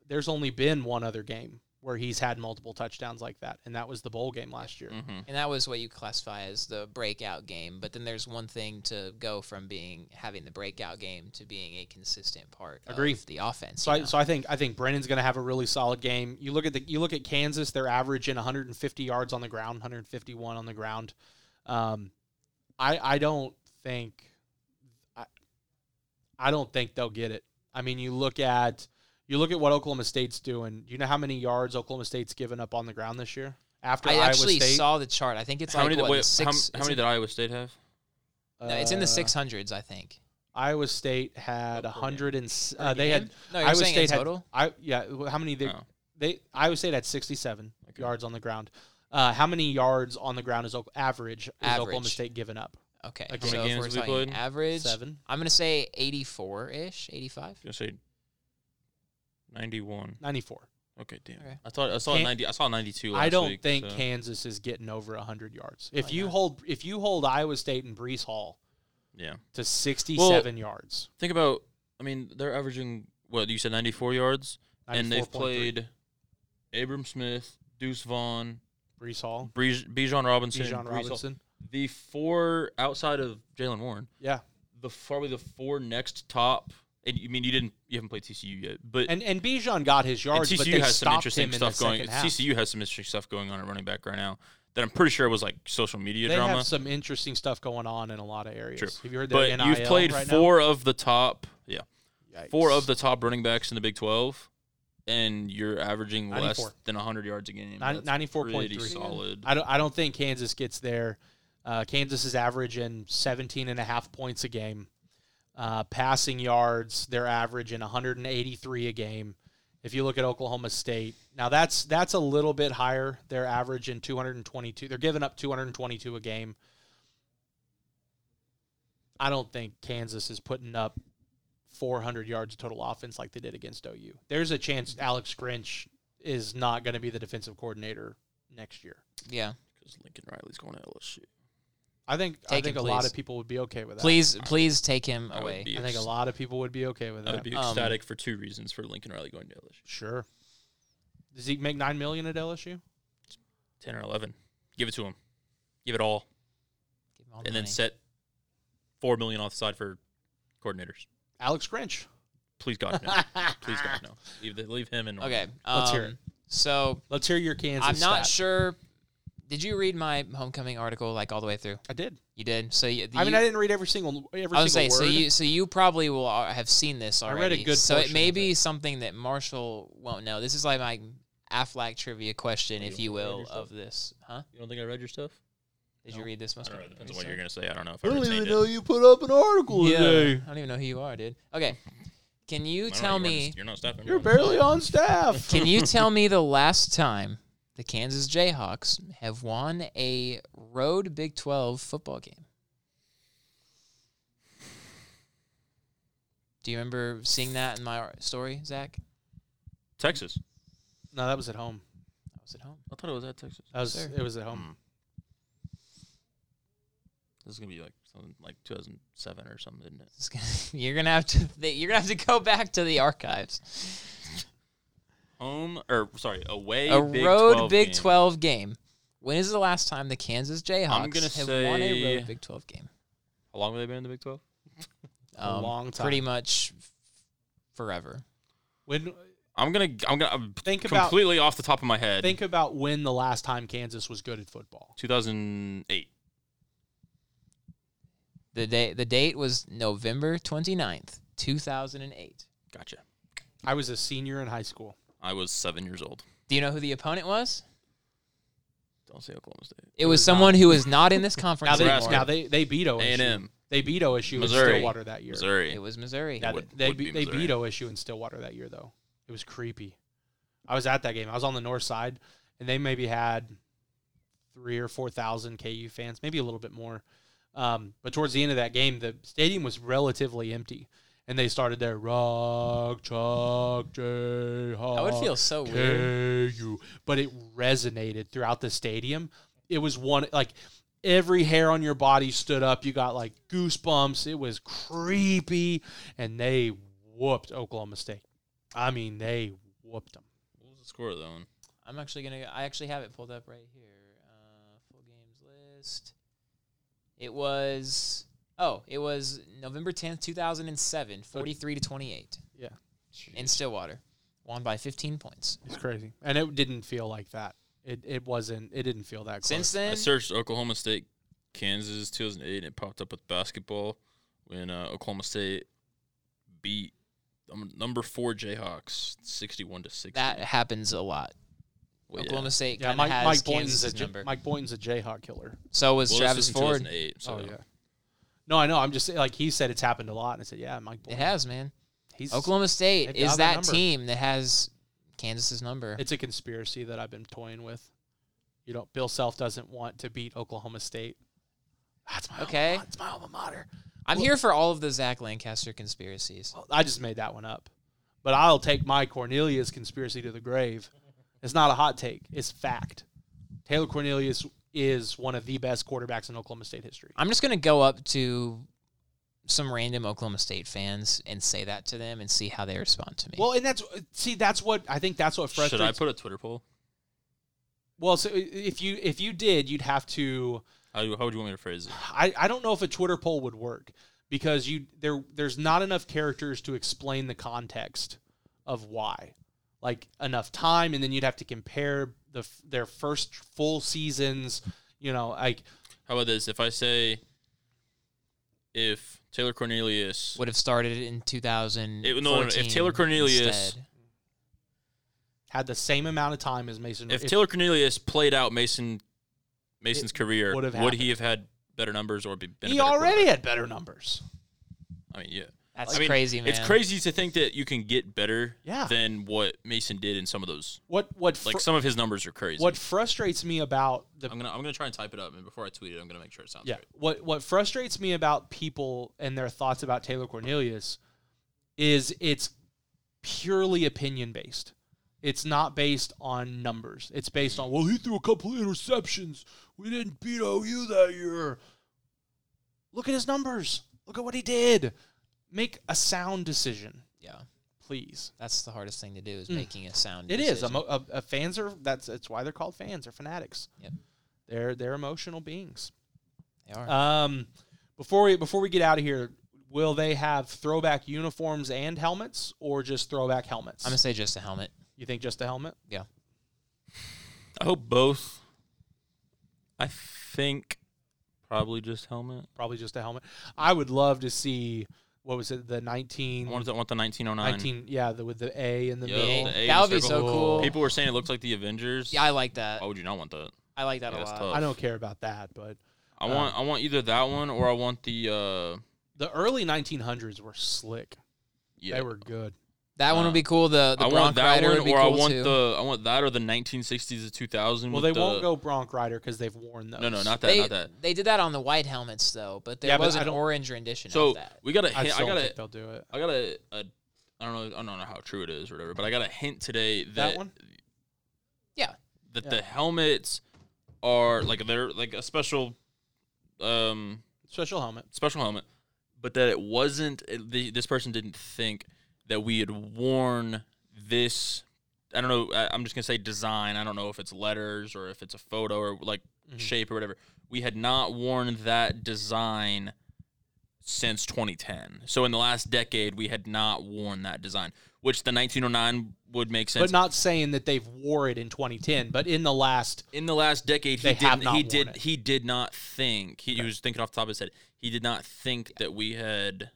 S1: There's only been one other game where he's had multiple touchdowns like that, and that was the bowl game last year.
S2: Mhm.
S3: and that was what you classify as the breakout game. But then there's one thing to go from being having the breakout game to being a consistent part
S1: Agree.
S3: of the offense.
S1: So
S3: you
S1: I,
S3: know?
S1: so I think I think Brennan's going to have a really solid game. You look at the you look at Kansas; they're averaging 150 yards on the ground, 151 on the ground. Um, I I don't think I, I don't think they'll get it. I mean, you look at You look at what Oklahoma State's doing. Do you know how many yards Oklahoma State's given up on the ground this year? After
S3: I
S1: Iowa
S3: actually
S1: State,
S3: saw the chart. I think it's
S2: how
S3: like
S2: many?
S3: what,
S2: wait,
S3: the
S2: how,
S3: six.
S2: how
S3: it's
S2: many
S3: in-
S2: did Iowa State have?
S3: no, it's in the
S1: uh,
S3: six hundreds. I think.
S1: Iowa State had a
S2: Oh, per game.
S1: hundred and s-
S3: Per
S1: uh, they had
S3: game? no. You're
S1: Iowa
S3: saying in
S1: State had-
S3: total.
S1: I yeah. wh- How many they
S2: Oh.
S1: they Iowa State had sixty seven
S2: Okay.
S1: yards on the ground. Uh, how many yards on the ground is Oak- average is Oklahoma
S3: Average.
S1: State given up?
S3: okay.
S1: Like
S2: how
S3: so
S2: many
S3: if
S2: games
S3: we're
S2: we
S3: talking
S2: played?
S3: average,
S1: Seven.
S3: I'm gonna say 84 ish, 85.
S2: I was gonna say ninety-one.
S1: 94.
S2: Okay, damn.
S3: Okay.
S2: I thought I saw
S1: Can't-
S2: ninety. I saw ninety-two.
S1: I
S2: last
S1: don't
S2: week,
S1: think
S2: so- Oh,
S1: Kansas is getting over 100 yards. If
S3: Why
S1: you
S3: not?
S1: hold if you hold Iowa State and Brees Hall
S2: Yeah.
S1: to 67 yards,
S2: Think about. I mean, they're averaging what you said, ninety-four yards, and they've
S1: 94.3.
S2: played Abram Smith, Deuce Vaughn,
S1: Brees Hall,
S2: Brij- Bijan Robinson,
S1: Bijan
S2: Brees Hall.
S1: Robinson.
S2: the four outside of Jalen Warren,
S1: Yeah.
S2: the probably the four next top. And you I mean you didn't you haven't played TCU yet, but
S1: And and Bijan got his
S2: and
S1: yards, but
S2: TCU
S1: they
S2: has some
S1: stopped
S2: interesting
S1: him
S2: stuff
S1: in the
S2: going.
S1: second half.
S2: TCU has some interesting stuff going on at running back right now that I'm pretty sure was like social media
S1: they
S2: drama.
S1: have some interesting stuff going on in a lot of areas.
S2: True.
S1: Have you heard
S2: but
S1: that?
S2: you've played
S1: right
S2: four of the top, yeah,
S1: now?
S2: four
S1: Yikes.
S2: of the top running backs in the Big Twelve, and you're averaging less
S1: 94.
S2: than 100 yards a game.
S1: Nine-
S2: That's
S1: 94.3.
S2: pretty solid.
S1: I don't, I don't think Kansas gets there. Uh, Kansas is averaging 17 and a half points a game. Uh, passing yards, they're averaging 183 a game. If you look at Oklahoma State, now that's that's a little bit higher. They're averaging 222. They're giving up 222 a game. I don't think Kansas is putting up 400 yards of total offense like they did against OU. There's a chance Alex Grinch is not going to be the defensive coordinator next year.
S3: Yeah.
S2: Because Lincoln Riley's going to LSU.
S1: I think I
S3: Take
S1: think
S3: him,
S1: a lot
S3: please.
S1: of people would be okay with that.
S3: Please, please take him
S2: I would
S3: away.
S2: be
S1: I think a
S2: ex-
S1: lot of people would be okay with
S2: I
S1: that.
S2: would
S1: Uh,
S2: be
S3: Um,
S2: ecstatic for two reasons for Lincoln Riley going to LSU.
S1: Sure. Does he make nine million at LSU?
S2: 10 or 11. Give it to him. Give it all.
S3: Give him all the
S2: and then
S3: money.
S2: set 4 million off the side for coordinators.
S1: Alex Grinch.
S2: Please God no. Please God no. Leave, the, leave him in.
S3: Okay.
S1: Let's hear
S3: um,
S1: it.
S3: So
S1: Let's hear your Kansas.
S3: I'm
S1: stat.
S3: not sure. Did you read my homecoming article like all the way through?
S1: I did.
S3: You did. So you,
S1: I mean,
S3: you-
S1: I didn't read every single every
S3: I was
S1: single
S3: saying, so
S1: word.
S3: you so you probably will al- have seen this
S1: I read
S3: already.
S1: a good
S3: so it
S1: portion
S3: may
S1: of
S3: be
S1: it.
S3: something that Marshall won't know. This is like my Aflac trivia question, if you will, of this. Huh?
S2: You don't think I read your stuff?
S3: Did you read this? Most
S2: I don't know.
S3: of it?
S2: Depends on
S3: Read
S2: what
S3: some?
S2: you're going to say. I don't know if I retained it.
S1: you put up an article
S3: Yeah. I don't even know who you are, dude. Okay. Can
S2: I
S3: you
S2: don't know,
S3: tell
S2: you weren't-
S3: me?
S2: You're not staff member.
S1: You're barely on staff.
S3: Can you tell me the last time the Kansas Jayhawks have won a road Big 12 football game? Do you remember seeing that in my story, Zach?
S2: Texas.
S1: no, that was at home.
S3: I was at home.
S2: I thought it was at Texas.
S1: That was
S3: Sure.
S1: it was at home.
S2: Hmm. This is going to be like something like 2007 or something, isn't it?
S3: It's gonna- you're gonna have to. Th- you're gonna have to go back to the archives.
S2: Home, or sorry, away.
S3: A
S2: Big
S3: road
S2: 12
S3: Big
S2: game.
S3: 12 game. When is the last time the Kansas Jayhawks
S2: gonna
S3: have won a
S2: say-
S3: road Big 12 game?
S2: How long have they been in the Big 12?
S1: A long time.
S3: Um, Pretty much f- forever.
S1: When
S2: I'm gonna I'm gonna I'm
S1: Think about-
S2: completely off the top of my head.
S1: think about when the last time Kansas was good at football.
S2: 2008.
S3: The day the date was November 29th, 2008.
S2: Gotcha.
S1: I was a senior in high school.
S2: I was seven years old.
S3: Do you know who the opponent was?
S2: Don't say Oklahoma State.
S3: It was,
S1: was
S3: someone who is not in this
S1: Now
S3: conference
S1: they
S3: anymore.
S1: now they they beat OSU.
S2: A and M,
S1: They beat OSU
S2: Missouri.
S1: in Stillwater that year.
S2: Missouri.
S3: Oh, it was Missouri.
S1: Yeah,
S2: Would-
S1: they
S2: would
S1: be,
S2: be
S1: they
S2: Missouri.
S1: beat OSU in Stillwater that year though. It was creepy. I was at that game. I was on the north side, and they maybe had three or four thousand KU fans, maybe a little bit more. Um, but towards the end of that game, the stadium was relatively empty, and they started their rock, chalk, Jayhawk.
S3: That would feel so weird.
S1: KU. But it resonated throughout the stadium. It was one like every hair on your body stood up. You got like goosebumps. It was creepy, and they whooped Oklahoma State. I mean, they whooped them.
S2: What was the score of that one?
S3: I'm actually gonna. I actually have it pulled up right here. Uh, full games list. It was. Oh, it was November 10th, 2007, 43 to 28 in Stillwater. Won by 15 points.
S1: It's crazy, and it didn't feel like that. It it wasn't. It didn't feel that. Close.
S3: Since then,
S2: I searched Oklahoma State, Kansas 2008, and it popped up with basketball when uh, Oklahoma State beat um, number four Jayhawks, sixty-one to sixty.
S3: That happens a lot.
S2: Well, yeah.
S3: Oklahoma State
S1: Oh, Yeah,
S3: kind of
S1: Mike,
S3: has
S1: Mike Boynton's
S3: Kansas's
S1: a J-
S3: number.
S1: Mike Boynton's a Jayhawk killer.
S3: so was
S2: Well, this
S3: Travis
S2: was in
S3: Ford.
S2: 2008, so-
S1: oh yeah. No, I know. I'm just like he said it's happened a lot, and I said, yeah, Mike
S3: It
S1: Boynton.
S3: has, man.
S1: He's
S3: Oklahoma State
S1: they've
S3: is
S1: got their
S3: that
S1: number.
S3: team that has Kansas's number.
S1: It's a conspiracy that I've been toying with. You know, Bill Self doesn't want to beat Oklahoma State. That's my
S3: Okay.
S1: Alma, that's my alma mater.
S3: I'm
S1: well-
S3: here for all of the Zach Lancaster conspiracies.
S1: Well, I just made that one up, but I'll take my Cornelius conspiracy to the grave. It's not a hot take; it's fact. Taylor Cornelius is one of the best quarterbacks in Oklahoma State history.
S3: I'm just gonna go up to some random Oklahoma State fans and say that to them and see how they respond to me.
S1: Well, and that's see, that's what I think. That's what frustrates.
S2: Should I put a Twitter poll?
S1: well, so i- if you if you did, you'd have to.
S2: How, do- how would you want me to phrase it?
S1: I, I don't know if a Twitter poll would work because you there there's not enough characters to explain the context of why, like enough time, and then you'd have to compare the f- their first full seasons. You know, like
S2: How about this? If I say, if Taylor Cornelius,
S3: would have started in 2000.
S2: It- no, no, if Taylor Cornelius-
S1: had the same amount of time as Mason.
S2: if Taylor Cornelius played out Mason, Mason's career,
S1: would have
S2: would he have had better numbers or be? Been a
S1: he
S2: better
S1: already
S2: quarterback?
S1: had better numbers.
S2: I mean, yeah.
S3: that's
S2: I mean,
S3: crazy, man.
S2: It's crazy to think that you can get better
S1: Yeah.
S2: than what Mason did in some of those.
S1: What what fr-
S2: Like some of his numbers are crazy.
S1: what frustrates me about the
S2: I'm gonna I'm gonna try and type it up, and before I tweet it, I'm gonna make sure it sounds
S1: Yeah.
S2: right.
S1: What what frustrates me about people and their thoughts about Taylor Cornelius is it's purely opinion based. It's not based on numbers. It's based on well, he threw a couple of interceptions. We didn't beat OU that year. Look at his numbers. Look at what he did. Make a sound decision,
S3: Yeah,
S1: please.
S3: that's the hardest thing to do is
S2: Hmm.
S1: Mm.
S3: making a sound.
S1: It is.
S3: decision.
S1: Emo- A, a fans are that's that's why they're called fans. They're fanatics.
S3: Yep.
S1: They're they're emotional beings.
S3: They are.
S1: Um, before we before we get out of here, will they have throwback uniforms and helmets, or just throwback helmets?
S3: I'm gonna say just a helmet.
S1: you think just the helmet?
S2: I hope both. I think probably just helmet.
S1: Probably just the helmet. I would love to see what was it the
S2: I
S1: 19,
S2: want the, oh want the 1909.
S1: 19 yeah, the, with the A in the
S2: Yeah,
S1: middle.
S2: Oh, the A
S3: that
S2: in
S3: would be so
S2: circle.
S3: cool.
S2: People were saying it looks like the Avengers.
S3: yeah, I like that.
S2: Why would you not want that?
S3: I like that
S2: yeah,
S3: a
S2: that's
S3: lot.
S2: tough.
S1: I don't care about that, but
S2: I want I want either that one or I want the uh
S1: the early 1900s were slick.
S2: yeah.
S1: They were good.
S3: That one
S2: Uh,
S3: would be cool. The the
S2: I
S3: Bronc
S2: want that
S3: Rider
S2: one
S3: would be
S2: or I
S3: cool,
S2: want
S3: too.
S2: the I want that or the 1960s to 2000.
S1: Well, they
S2: with
S1: won't
S2: the-
S1: go Bronc Rider because they've worn those.
S2: No, no, not that,
S3: they,
S2: not that.
S3: they did that on the white helmets though, but there
S1: Yeah, but
S3: was
S1: I
S3: an
S1: don't-
S3: orange rendition
S2: So
S3: of that.
S2: we got a
S1: I,
S2: hint. I
S1: still
S2: got
S1: don't
S2: a
S1: think they'll do it.
S2: I got a, a I don't know I don't know how true it is or whatever, but I got a hint today that
S1: That one?
S3: Yeah.
S2: that
S1: Yeah.
S2: the helmets are like they're like a special um
S1: Special helmet.
S2: special helmet, but that it wasn't it- the, this person didn't think that we had worn this I don't know I, I'm just going to say design. I don't know if it's letters or if it's a photo or like
S1: Mm-hmm.
S2: shape or whatever. We had not worn that design since 2010. So in the last decade, we had not worn that design, which the 1909 would make sense.
S1: But not saying that they've wore it in 2010, but in the last
S2: in the last decade,
S1: They
S2: he
S1: have
S2: did
S1: not
S2: he
S1: worn
S2: did
S1: it.
S2: he did not think he, he was thinking off the top of his head. He did not think that we had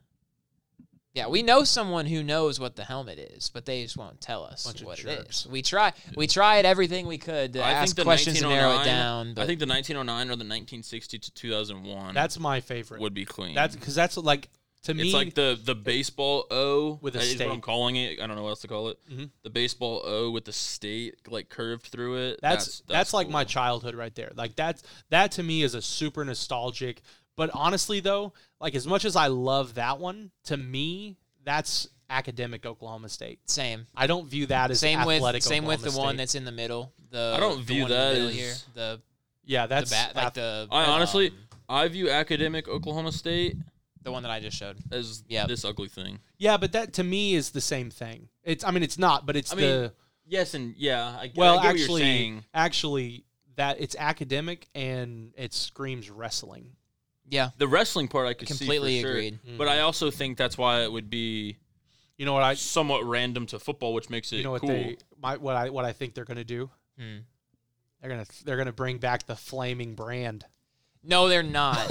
S3: Yeah, we know someone who knows what the helmet is, but they just won't tell us
S1: Bunch of
S3: what it
S1: jerks.
S3: is. We try we tried everything we could to
S2: I think
S3: ask
S2: the
S3: questions and narrow it
S2: 1909
S3: down, but
S2: I think the 1909 or the 1960 to 2001
S1: that's my favorite.
S2: would be clean.
S1: That's because that's like to
S2: it's
S1: me.
S2: like the the baseball O
S1: With a
S2: that is what I'm
S1: state.
S2: calling it. I don't know what else to call it.
S1: Mhm.
S2: The baseball O with the state like curved through it.
S1: that's that's, like
S2: cool.
S1: my childhood right there. Like that's that to me is a super nostalgic. But honestly though, like as much as I love that one, to me that's academic Oklahoma State.
S3: same.
S1: I don't view that as
S3: Same with
S1: athletic
S3: same with the
S1: Oklahoma
S3: one
S1: State.
S3: that's in the middle. The
S2: I don't
S3: the
S2: view
S3: one in
S2: that
S3: the middle
S2: as-
S3: here. The
S1: yeah, that's
S3: the bat, like
S1: ath-
S3: the
S2: I honestly
S3: um,
S2: I view academic Oklahoma State
S3: the one that I just showed.
S2: as
S3: Yep.
S2: this ugly thing.
S1: yeah, but that to me is the same thing. It's I mean it's not, but it's
S2: I mean,
S1: the
S2: Yes and yeah. I,
S1: well
S2: I get what you're
S1: actually
S2: saying.
S1: actually that it's academic and it screams wrestling.
S3: Yeah,
S2: the wrestling part I could see for
S3: completely
S2: sure,
S3: agreed.
S2: but I also think that's why it would be
S1: You know what Mm-hmm. I
S2: somewhat random to football, which makes it
S1: you know what
S2: cool.
S1: they my, what I what I think they're gonna do?
S3: Hmm.
S1: They're gonna they're gonna bring back the flaming brand.
S3: No, they're not.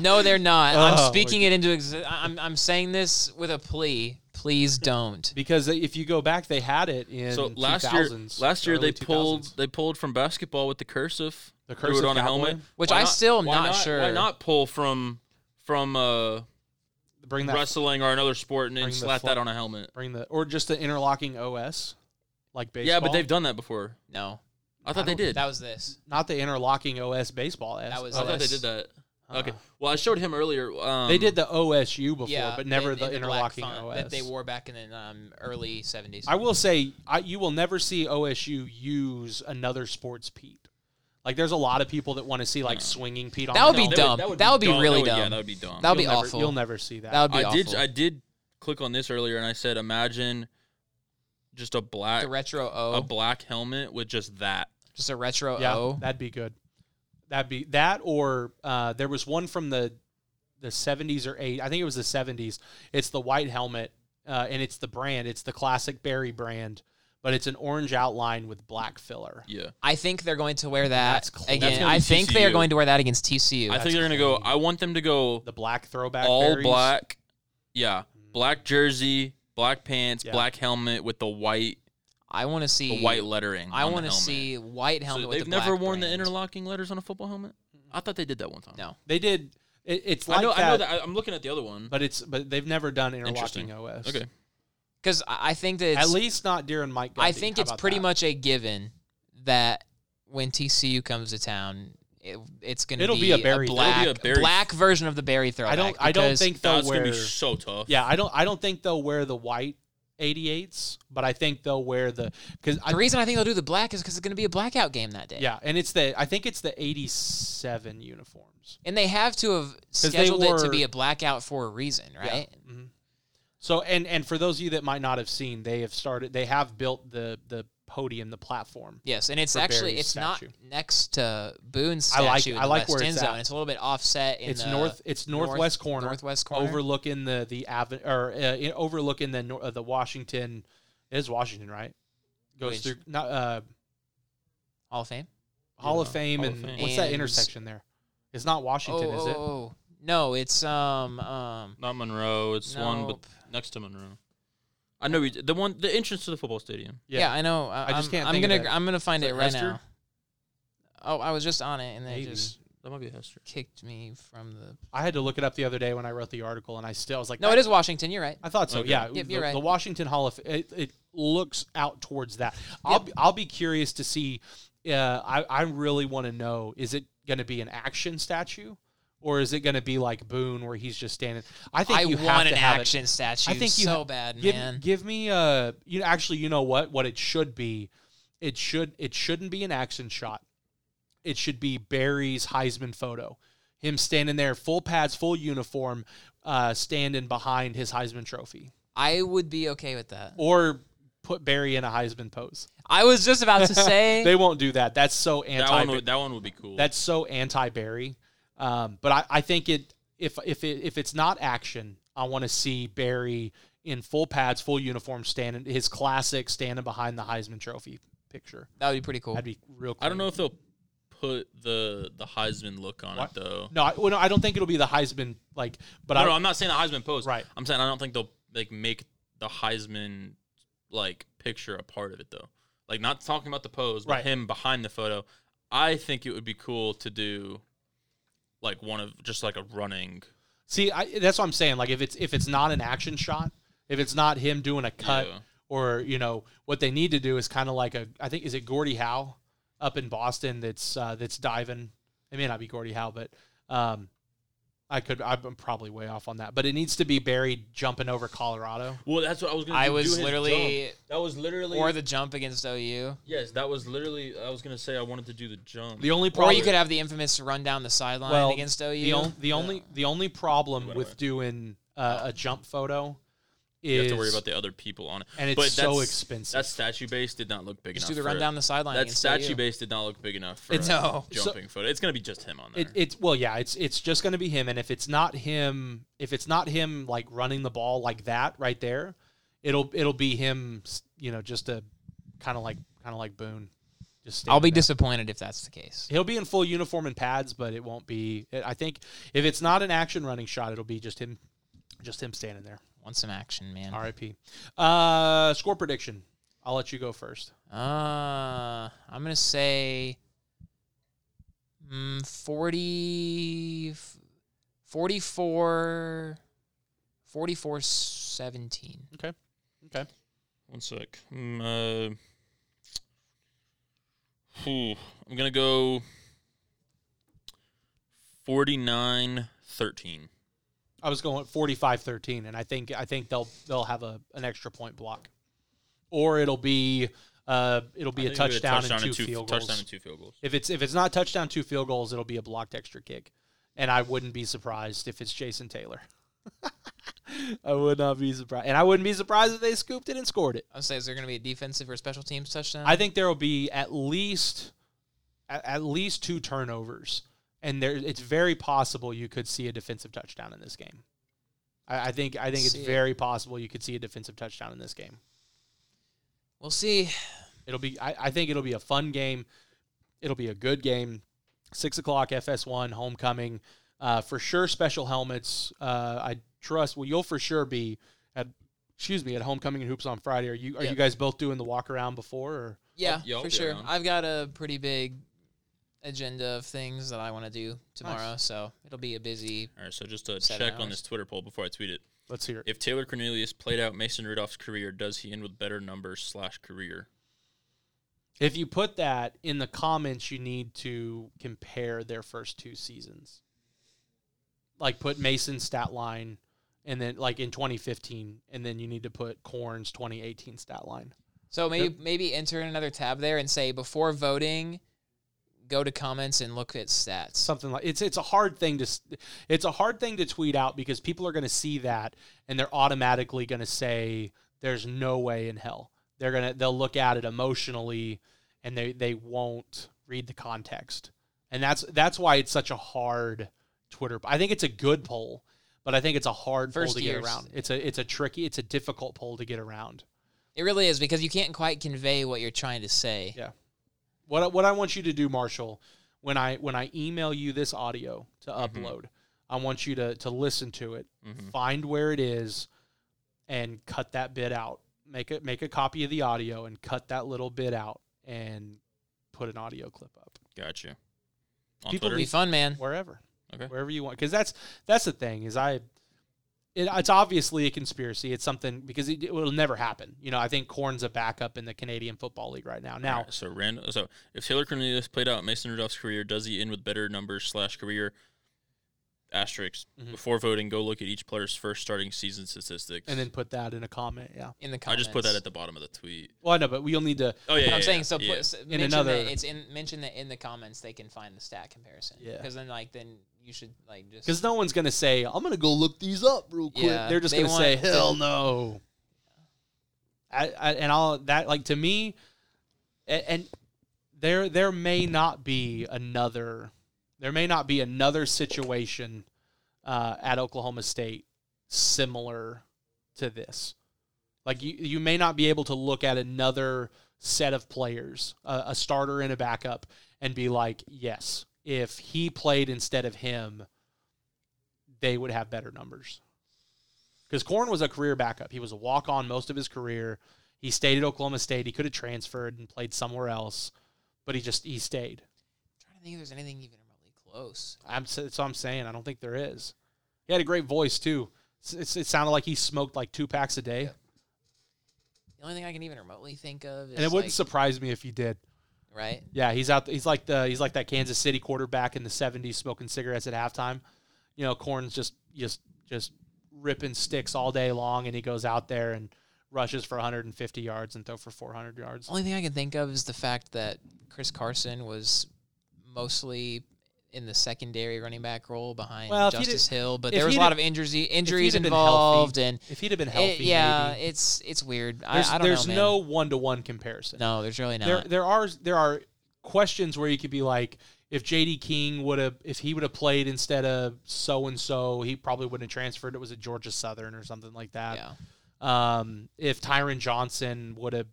S3: no, they're not.
S1: Oh, my
S3: I'm speaking it into. Exi- I'm I'm saying this with a plea. Please don't.
S1: because if you go back, they had it in
S2: so last year,
S1: 2000s,
S2: last year
S1: early
S2: they pulled
S1: 2000s.
S2: they pulled from basketball with the cursive,
S1: The
S2: threw
S1: cursive
S2: it on a
S1: cowboy?
S2: helmet,
S3: Which
S2: Why
S3: I still am
S2: why
S3: not sure.
S2: Why not pull from from uh,
S1: bring that
S2: wrestling or another sport and then
S1: bring the
S2: slap
S1: fl-
S2: that on a helmet?
S1: bring the or just the interlocking OS like baseball.
S2: Yeah, but they've done that before.
S3: No,
S2: I thought they
S1: don't-
S2: did.
S3: that was this.
S1: not the interlocking OS baseball. S-
S3: That was uh,
S2: I thought they
S3: OS.
S2: did that. Okay.
S1: Uh-uh.
S2: Well, I showed him earlier. Um,
S1: They did the OSU before,
S3: yeah,
S1: but never
S3: in-
S1: the
S3: in black
S1: interlocking
S3: font
S1: OS.
S3: that they wore back in the um, early '70s.
S1: I will say, I, you will never see OSU use another sports Pete. Like, there's a lot of people that want to see like swinging Pete. on
S3: That would
S1: the
S3: be
S1: helmet.
S3: dumb. That would be really
S2: Yeah,
S3: dumb.
S2: that would be dumb.
S3: That would be
S1: You'll never-
S3: awful.
S1: You'll never see that.
S3: that would be
S2: I
S3: awful.
S2: did. I did click on this earlier, and I said, imagine just a black
S3: the retro O,
S2: a black helmet with just that.
S3: just a retro
S1: Oh. yeah,
S3: O.
S1: that'd be good. That'd be that or uh, there was one from the the 70s or 8. I think it was the 70s. It's the white helmet uh, and it's the brand. It's the classic Barry brand, but it's an orange outline with black filler.
S2: Yeah.
S3: I think they're going to wear that
S1: That's cl-
S3: again.
S1: that's
S2: gonna be
S3: I think they are
S2: TCU.
S3: going to wear that against TCU.
S2: I think they're gonna go. I want them to go
S1: The black throwback
S2: all
S1: Barrys.
S2: black. Yeah, black jersey, black pants,
S1: Yeah.
S2: black helmet with the white
S3: I want to see
S2: the white lettering.
S3: I
S2: want to
S3: see white helmet.
S2: So
S3: with
S2: they've
S3: the
S2: never
S3: black
S2: worn the
S3: brand.
S2: interlocking letters on a football helmet. I thought they did that one time.
S3: No.
S1: They did it, it's like
S2: I know.
S1: Mm-hmm. that,
S2: I know that. I, I'm looking at the other one.
S1: but it's but they've never done interlocking
S2: Interesting.
S1: OS.
S2: Okay.
S3: because I I think that it's,
S1: At least not Deer Mike. Gundy.
S3: I think
S1: How
S3: it's
S1: about
S3: pretty
S1: that?
S3: much a given that when TCU comes to town, it, it's going to
S1: It'll
S3: be,
S1: be a Barry- it'll be
S3: black
S2: a Barry-
S3: black version of the Barry throwback.
S1: I don't. I don't
S3: because
S1: think they'll
S2: That's gonna
S1: wear.
S2: be so tough.
S1: yeah, I don't. I don't think they'll wear the white 88s, but I think they'll wear the because
S3: the reason I think they'll do the black is because it's going to be a blackout game that day.
S1: yeah, and it's the I think it's the 87 uniforms.
S3: and they have to have
S1: they
S3: scheduled it to
S1: were-
S3: be a blackout for a reason, right?
S1: hmm So and and for those of you that might not have seen, they have started. They have built the the podium, the platform.
S3: Yes, and it's
S1: For
S3: actually
S1: Barry's
S3: it's
S1: statue.
S3: not next to Boone's
S1: I
S3: statue.
S1: like-
S3: in
S1: I
S3: the
S1: like
S3: west
S1: where
S3: end
S1: it's
S3: zone.
S1: at.
S3: It's a little bit offset. In
S1: it's
S3: the
S1: north. It's
S3: north-
S1: northwest corner.
S3: northwest corner.
S1: overlooking the the avenue or uh, in- overlooking the nor- uh, the Washington. It is Washington, right? Goes
S3: Which-
S1: through not, uh,
S3: Hall of Fame.
S1: Hall of
S2: Yeah,
S1: Fame
S2: Hall of
S1: and
S2: Fame.
S1: what's that
S3: And-
S1: intersection there? It's not Washington,
S3: oh,
S1: is it?
S3: oh, oh. no, it's um um
S2: Not Monroe. It's one, but
S3: Nope.
S2: next to Monroe. I know we, the one, the entrance to the football stadium.
S3: Yeah, I know.
S1: I
S3: I,
S1: just
S3: am
S1: can't
S3: I'm
S1: think of
S3: gonna
S1: that.
S3: I'm gonna find
S2: Is
S3: it
S2: that
S3: right
S2: Hester?
S3: now. Oh, I was just on it and they
S1: Maybe.
S3: just
S2: That might be Hester.
S3: kicked me from the.
S1: I had to look it up the other day when I wrote the article, and I still I was like,
S3: No, it is Washington. You're right.
S1: I thought so.
S2: Okay.
S1: Yeah,
S3: Yep,
S1: the,
S3: you're right.
S1: the Washington Hall of it, it looks out towards that. I'll be, I'll be curious to see. Uh, I I really want to know is it going to be an action statue, or is it going to be like Boone where he's just standing? I think
S3: I
S1: you have
S3: want
S1: to
S3: an
S1: have it.
S3: action statue.
S1: I think you
S3: so
S1: ha-
S3: bad,
S1: give,
S3: man.
S1: Give me a you know, actually you know what what it should be. It should it shouldn't be an action shot. It should be Barry's Heisman photo. Him standing there full pads, full uniform, uh, standing behind his Heisman trophy.
S3: I would be okay with that.
S1: Or put Barry in a Heisman pose.
S3: I was just about to say.
S1: They won't do that. That's so
S2: That
S1: anti
S2: one, would, that one would be cool.
S1: that's so anti Barry. Um, but I, I think it if if it, if it's not action, I want to see Barry in full pads, full uniform, standing his classic standing behind the Heisman Trophy picture.
S3: that would be pretty cool.
S1: That'd be real. Clean.
S2: I don't know if they'll put the the Heisman look on
S1: What?
S2: it though.
S1: No, I, well, no, I don't think it'll be the Heisman like. But
S2: No,
S1: I
S2: no, I'm not saying the Heisman pose.
S1: Right.
S2: I'm saying I don't think they'll like make the Heisman like picture a part of it though. Like not talking about the pose, but
S1: Right.
S2: him behind the photo. I think it would be cool to do like one of just like a running.
S1: see. I, that's what I'm saying. Like if it's if it's not an action shot, if it's not him doing a cut
S2: Yeah.
S1: or you know what they need to do is kind of like a I think is it Gordie Howe up in Boston that's uh, that's diving. It may not be Gordie Howe, but um, I could I'm probably way off on that. But it needs to be Barry jumping over Colorado.
S2: Well, that's what I was gonna.
S3: I
S2: do, do
S3: was
S2: his jump.
S3: literally
S2: That was literally.
S3: or the jump against OU,
S2: yes, that was literally. I was gonna say I wanted to do the jump.
S1: The only
S3: or
S1: problem
S3: you could have the infamous run down the sideline
S1: Well,
S3: against OU.
S1: the, on, the only the only problem
S2: Wait,
S1: with
S2: wait.
S1: doing uh, a jump photo is
S2: you have to worry about the other people on it,
S1: and it's
S2: But
S1: so
S2: that's-
S1: expensive.
S2: That statue base did not look big
S3: just
S2: enough.
S3: do the
S2: for
S3: run
S2: it.
S3: down the sideline.
S2: That
S3: against
S2: statue
S3: OU.
S2: base did not look big enough for
S3: It's-
S2: a
S3: no. So-
S2: jumping photo. It's gonna be just him on there.
S1: It, it's well, yeah. It's it's just going to be him, and if it's not him, if it's not him like running the ball like that right there, it'll it'll be him. s- You know, just a kind of like kind of like Boone, Just
S3: I'll be
S1: standing there.
S3: disappointed if that's the case.
S1: He'll be in full uniform and pads, but it won't be. I think if it's not an action running shot, it'll be just him, just him standing there.
S3: Want some action, man.
S1: R.I.P. Uh, score prediction. I'll let you go first.
S3: Uh, I'm gonna say mm, 40, 44, 44, 17.
S2: One sec. Um, uh, phew, I'm going to go 49 13.
S1: I was going 45-13, and I think I think they'll they'll have a an extra point block, or it'll be uh it'll be a touchdown, and two, field goals.
S2: Touchdown and two field goals.
S1: If it's if it's not touchdown, two field goals, it'll be a blocked extra kick. And I wouldn't be surprised if it's Jason Taylor. I would not be surprised. And I wouldn't be surprised if they scooped it and scored it.
S3: I would say, is there gonna be a defensive or special teams touchdown?
S1: I think there will be at least at, at least two turnovers. And there it's very possible you could see a defensive touchdown in this game. I, I think I think it's
S3: See it.
S1: very possible you could see a defensive touchdown in this game.
S3: we'll see.
S1: It'll be. I, I think it'll be a fun game. It'll be a good game. Six o'clock FS1 homecoming. Uh, for sure, special helmets. Uh, I trust. Well, you'll for sure be at. Excuse me, at homecoming and hoops on Friday. Are you are
S3: Yeah.
S1: you guys both doing the walk around before? Or?
S3: Yeah,
S2: yeah, I'll
S3: for
S2: be
S3: sure.
S2: around.
S3: I've got a pretty big agenda of things that I want to do tomorrow, so it'll be a busy.
S2: All right, so just to
S3: Seven
S2: check on
S3: hours.
S2: this Twitter poll before I tweet it.
S1: Let's hear it.
S2: If Taylor Cornelius played out Mason Rudolph's career, does he end with better numbers slash career?
S1: If you put that in the comments, you need to compare their first two seasons. Like put Mason's stat line, and then like in 2015, and then you need to put Corn's 2018 stat line.
S3: So maybe maybe enter another tab there and say before voting, go to comments and look at stats.
S1: something like it's it's a hard thing to s- it's a hard thing to tweet out because people are going to see that and they're automatically going to say there's no way in hell they're going to they'll look at it emotionally and they they won't read the context and that's that's why it's such a hard twitter i think it's a good poll but i think it's a hard
S3: First
S1: poll to
S3: years.
S1: get around it's a it's a tricky it's a difficult poll to get around
S3: It really is because you can't quite convey what you're trying to say.
S1: Yeah. what I- what I want you to do, Marshall, when I when I email you this audio to upload, I want you to to listen to it,
S2: Mhm.
S1: find where it is, and cut that bit out. Make a make a copy of the audio and cut that little bit out and put an audio clip up
S2: Gotcha. On
S1: People
S3: It'll
S2: Twitter?
S3: be fun, man.
S1: wherever,
S2: Okay.
S1: wherever you want. Because that's that's the thing is I. It, it's obviously a conspiracy. It's something because it, it will never happen. You know, I think Corn's a backup in the Canadian Football League right now. Now,
S2: Alright, so random. So if Taylor Cornelius played out Mason Rudolph's career, does he end with better numbers slash career? Asterisks.
S1: Mhm.
S2: Before voting, go look at each player's first starting season statistics.
S1: and then put that in a comment. Yeah.
S3: In the
S2: I
S3: comments.
S2: just put that at the bottom of the tweet.
S1: Well, I know, but we'll need to
S2: Oh yeah,
S3: I'm
S2: yeah, yeah,
S3: saying so.
S2: yeah.
S3: Put, s- mention
S1: another-
S3: that it's in mention that in the comments they can find the stat comparison.
S1: Yeah.
S3: Because then like then you should like just
S1: Because no one's gonna say, "I'm gonna go look these up real quick."
S3: Yeah,
S1: They're just
S3: they
S1: gonna say,
S3: want-
S1: "Hell no." I, I, and all that, like to me, and, and there there may not be another, there may not be another situation uh, at Oklahoma State similar to this. Like you, you may not be able to look at another set of players, a, a starter and a backup, and be like, yes, if he played instead of him, they would have better numbers. Because Corn was a career backup. He was a walk on most of his career. He stayed at Oklahoma State. He could have transferred and played somewhere else, but he just he stayed.
S3: I'm trying to think if there's anything even remotely close.
S1: I'm s- that's what I'm saying. I don't think there is. He had a great voice too. S- it's- it sounded like he smoked like two packs a day,
S3: The only thing I can even remotely think of is
S1: and it wouldn't
S3: like,
S1: surprise me if he did.
S3: right.
S1: Yeah, he's out. He's like the he's like that Kansas City quarterback in the '70s smoking cigarettes at halftime. You know, Corn's just just just ripping sticks all day long, and he goes out there and rushes for 150 yards and throw for 400 yards.
S3: Only thing I can think of is the fact that Chris Carson was mostly in the secondary running back role behind
S1: Well, if he'd-
S3: Justice Hill, but
S1: if
S3: there was a
S1: he'd-
S3: lot of injuries injuries
S1: been healthy,
S3: involved and
S1: If he'd have been
S3: it-
S1: healthy,
S3: yeah,
S1: maybe.
S3: it's it's weird.
S1: There's,
S3: I, I don't
S1: there's
S3: know. man.
S1: no one to one comparison.
S3: No, there's really not.
S1: there there are there are questions where you could be like, if JD King would have if he would have played instead of so and so, he probably wouldn't have transferred. It was at Georgia Southern or something like that.
S3: yeah.
S1: um, if Tyron Johnson would have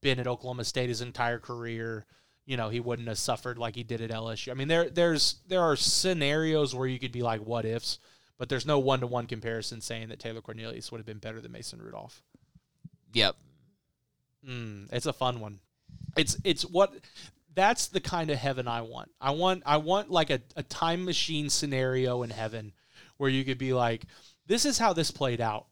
S1: been at Oklahoma State his entire career, you know he wouldn't have suffered like he did at LSU. I mean, there there's there are scenarios where you could be like what ifs, but there's no one to one comparison saying that Taylor Cornelius would have been better than Mason Rudolph.
S3: Yep.
S1: Mm, it's a fun one. It's it's what that's the kind of heaven I want. I want I want like a, a time machine scenario in heaven where you could be like, this is how this played out.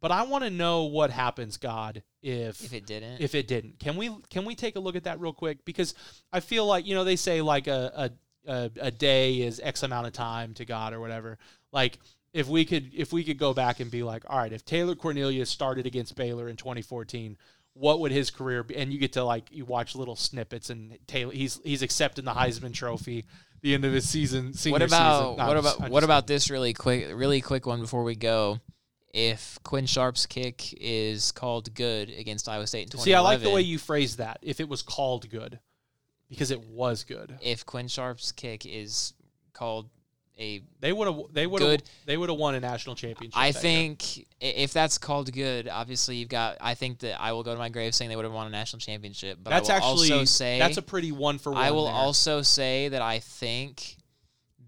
S1: But I want to know what happens, God, if
S3: If it didn't,
S1: if it didn't. Can we can we take a look at that real quick? Because I feel like you know they say like a a, a, a day is X amount of time to God or whatever. Like if we could if we could go back and be like, all right, if Taylor Cornelius started against Baylor in 2014, what would his career be? And you get to like you watch little snippets and Taylor he's he's accepting the Heisman Trophy the end of his season. Senior
S3: what about
S1: season. No, I'm
S3: what
S1: just-
S3: about
S1: I'm
S3: what
S1: just
S3: about this really quick really quick one before we go? If Quinn Sharp's kick is called good against Iowa State in
S1: See, I like
S3: 2011,
S1: the way you phrase that. If it was called good, because it was good,
S3: if Quinn Sharp's kick is called a
S1: they would have. They would have.
S3: Good.
S1: They would have won a national championship.
S3: I
S1: that year.
S3: think i- if that's called good, obviously you've got. I think that I will go to my grave saying they would have won a national championship. But
S1: that's
S3: I will
S1: actually
S3: also say
S1: that's a pretty one for one.
S3: I will
S1: there.
S3: also say that I think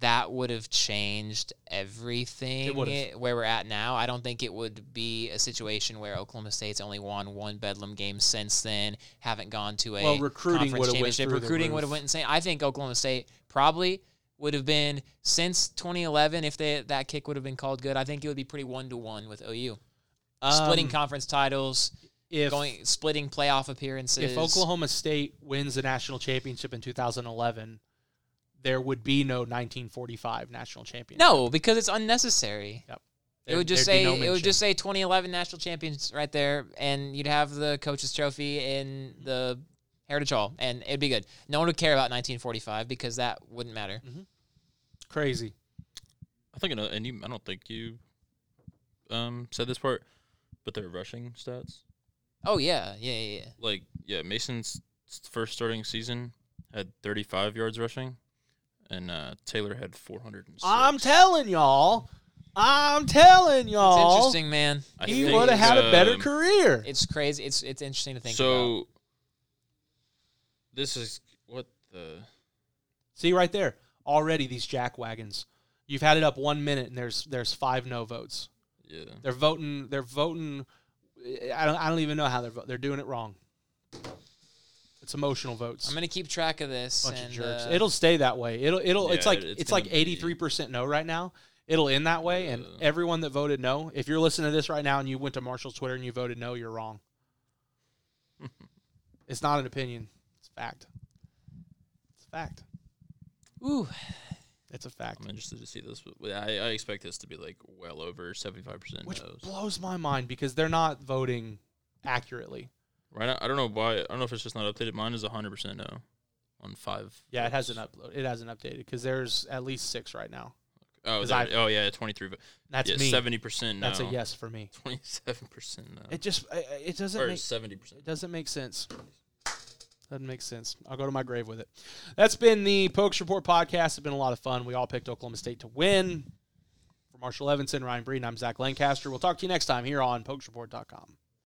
S3: that would have changed everything
S1: would've.
S3: i- where we're at now. I don't think it would be a situation where Oklahoma State's only won one Bedlam game since then, haven't gone to a
S1: Well, recruiting would've
S3: conference
S1: went
S3: championship.
S1: through the
S3: recruiting
S1: roof.
S3: would have went insane. I think Oklahoma State probably would have been since 2011 if they, that kick would have been called good. I think it would be pretty one to one with OU. splitting
S1: Um,
S3: conference titles,
S1: if
S3: going splitting playoff appearances.
S1: if Oklahoma State wins the national championship in 2011, there would be no 1945 national championship.
S3: No, because it's unnecessary.
S1: There-
S3: it would just
S1: there'd be
S3: say
S1: no
S3: it would
S1: mention.
S3: just say 2011 national champions right there, and you'd have the coaches trophy in the Heritage Hall, and it'd be good. No one would care about 1945 because that wouldn't matter.
S1: crazy.
S2: I think another, and you, I don't think you um said this part, but their rushing stats.
S3: Oh yeah, yeah, yeah. yeah.
S2: Like yeah, Mason's first starting season had 35 yards rushing, and uh, Taylor had 406.
S1: I'm telling y'all. I'm telling
S3: It's
S1: y'all.
S3: interesting, man.
S2: I
S1: He
S2: think,
S1: would have had a better
S2: um,
S1: career.
S3: It's crazy. It's it's interesting to think
S2: so
S3: about.
S2: this is what the
S1: See right there. Already these jack wagons. You've had it up one minute and there's there's five no votes.
S2: yeah.
S1: They're voting. They're voting. I don't. I don't even know how they're voting. They're doing it wrong. It's emotional votes.
S3: I'm gonna keep track of this.
S1: bunch of
S3: and,
S1: jerks.
S3: uh,
S1: It'll stay that way. It'll. It'll. it's
S2: Yeah,
S1: like
S2: it's
S1: it's, like
S2: gonna be-
S1: eighty three percent no right now. It'll end that way, and
S2: Yeah.
S1: everyone that voted no. If you're listening to this right now and you went to Marshall's Twitter and you voted no, you're wrong. it's not an opinion. It's a fact. It's a fact.
S3: ooh,
S1: It's a fact.
S2: I'm interested to see this. but I, I expect this to be like well over 75 percent
S1: Which
S2: no's.
S1: blows my mind because they're not voting accurately.
S2: Right now, I don't know why. I don't know if it's just not updated. Mine is 100 percent no on five.
S1: Yeah, it
S2: votes.
S1: hasn't uploaded. It hasn't updated because there's at least six right now.
S2: Oh,
S1: 'Cause
S2: there-
S1: I've-
S2: oh yeah, 23. vo-
S1: That's
S2: yeah,
S1: me.
S2: 70 percent no.
S1: That's a yes for me.
S2: 27 percent no.
S1: It just I- I- it doesn't
S2: or
S1: make
S2: 70
S1: it
S2: percent.
S1: doesn't make sense. Doesn't make sense. I'll go to my grave with it. That's been the Pokes Report podcast. It's been a lot of fun. We all picked Oklahoma State to win. For Marshall Evanson, Ryan Breeden, I'm Zach Lancaster. We'll talk to you next time here on PokesReport.com.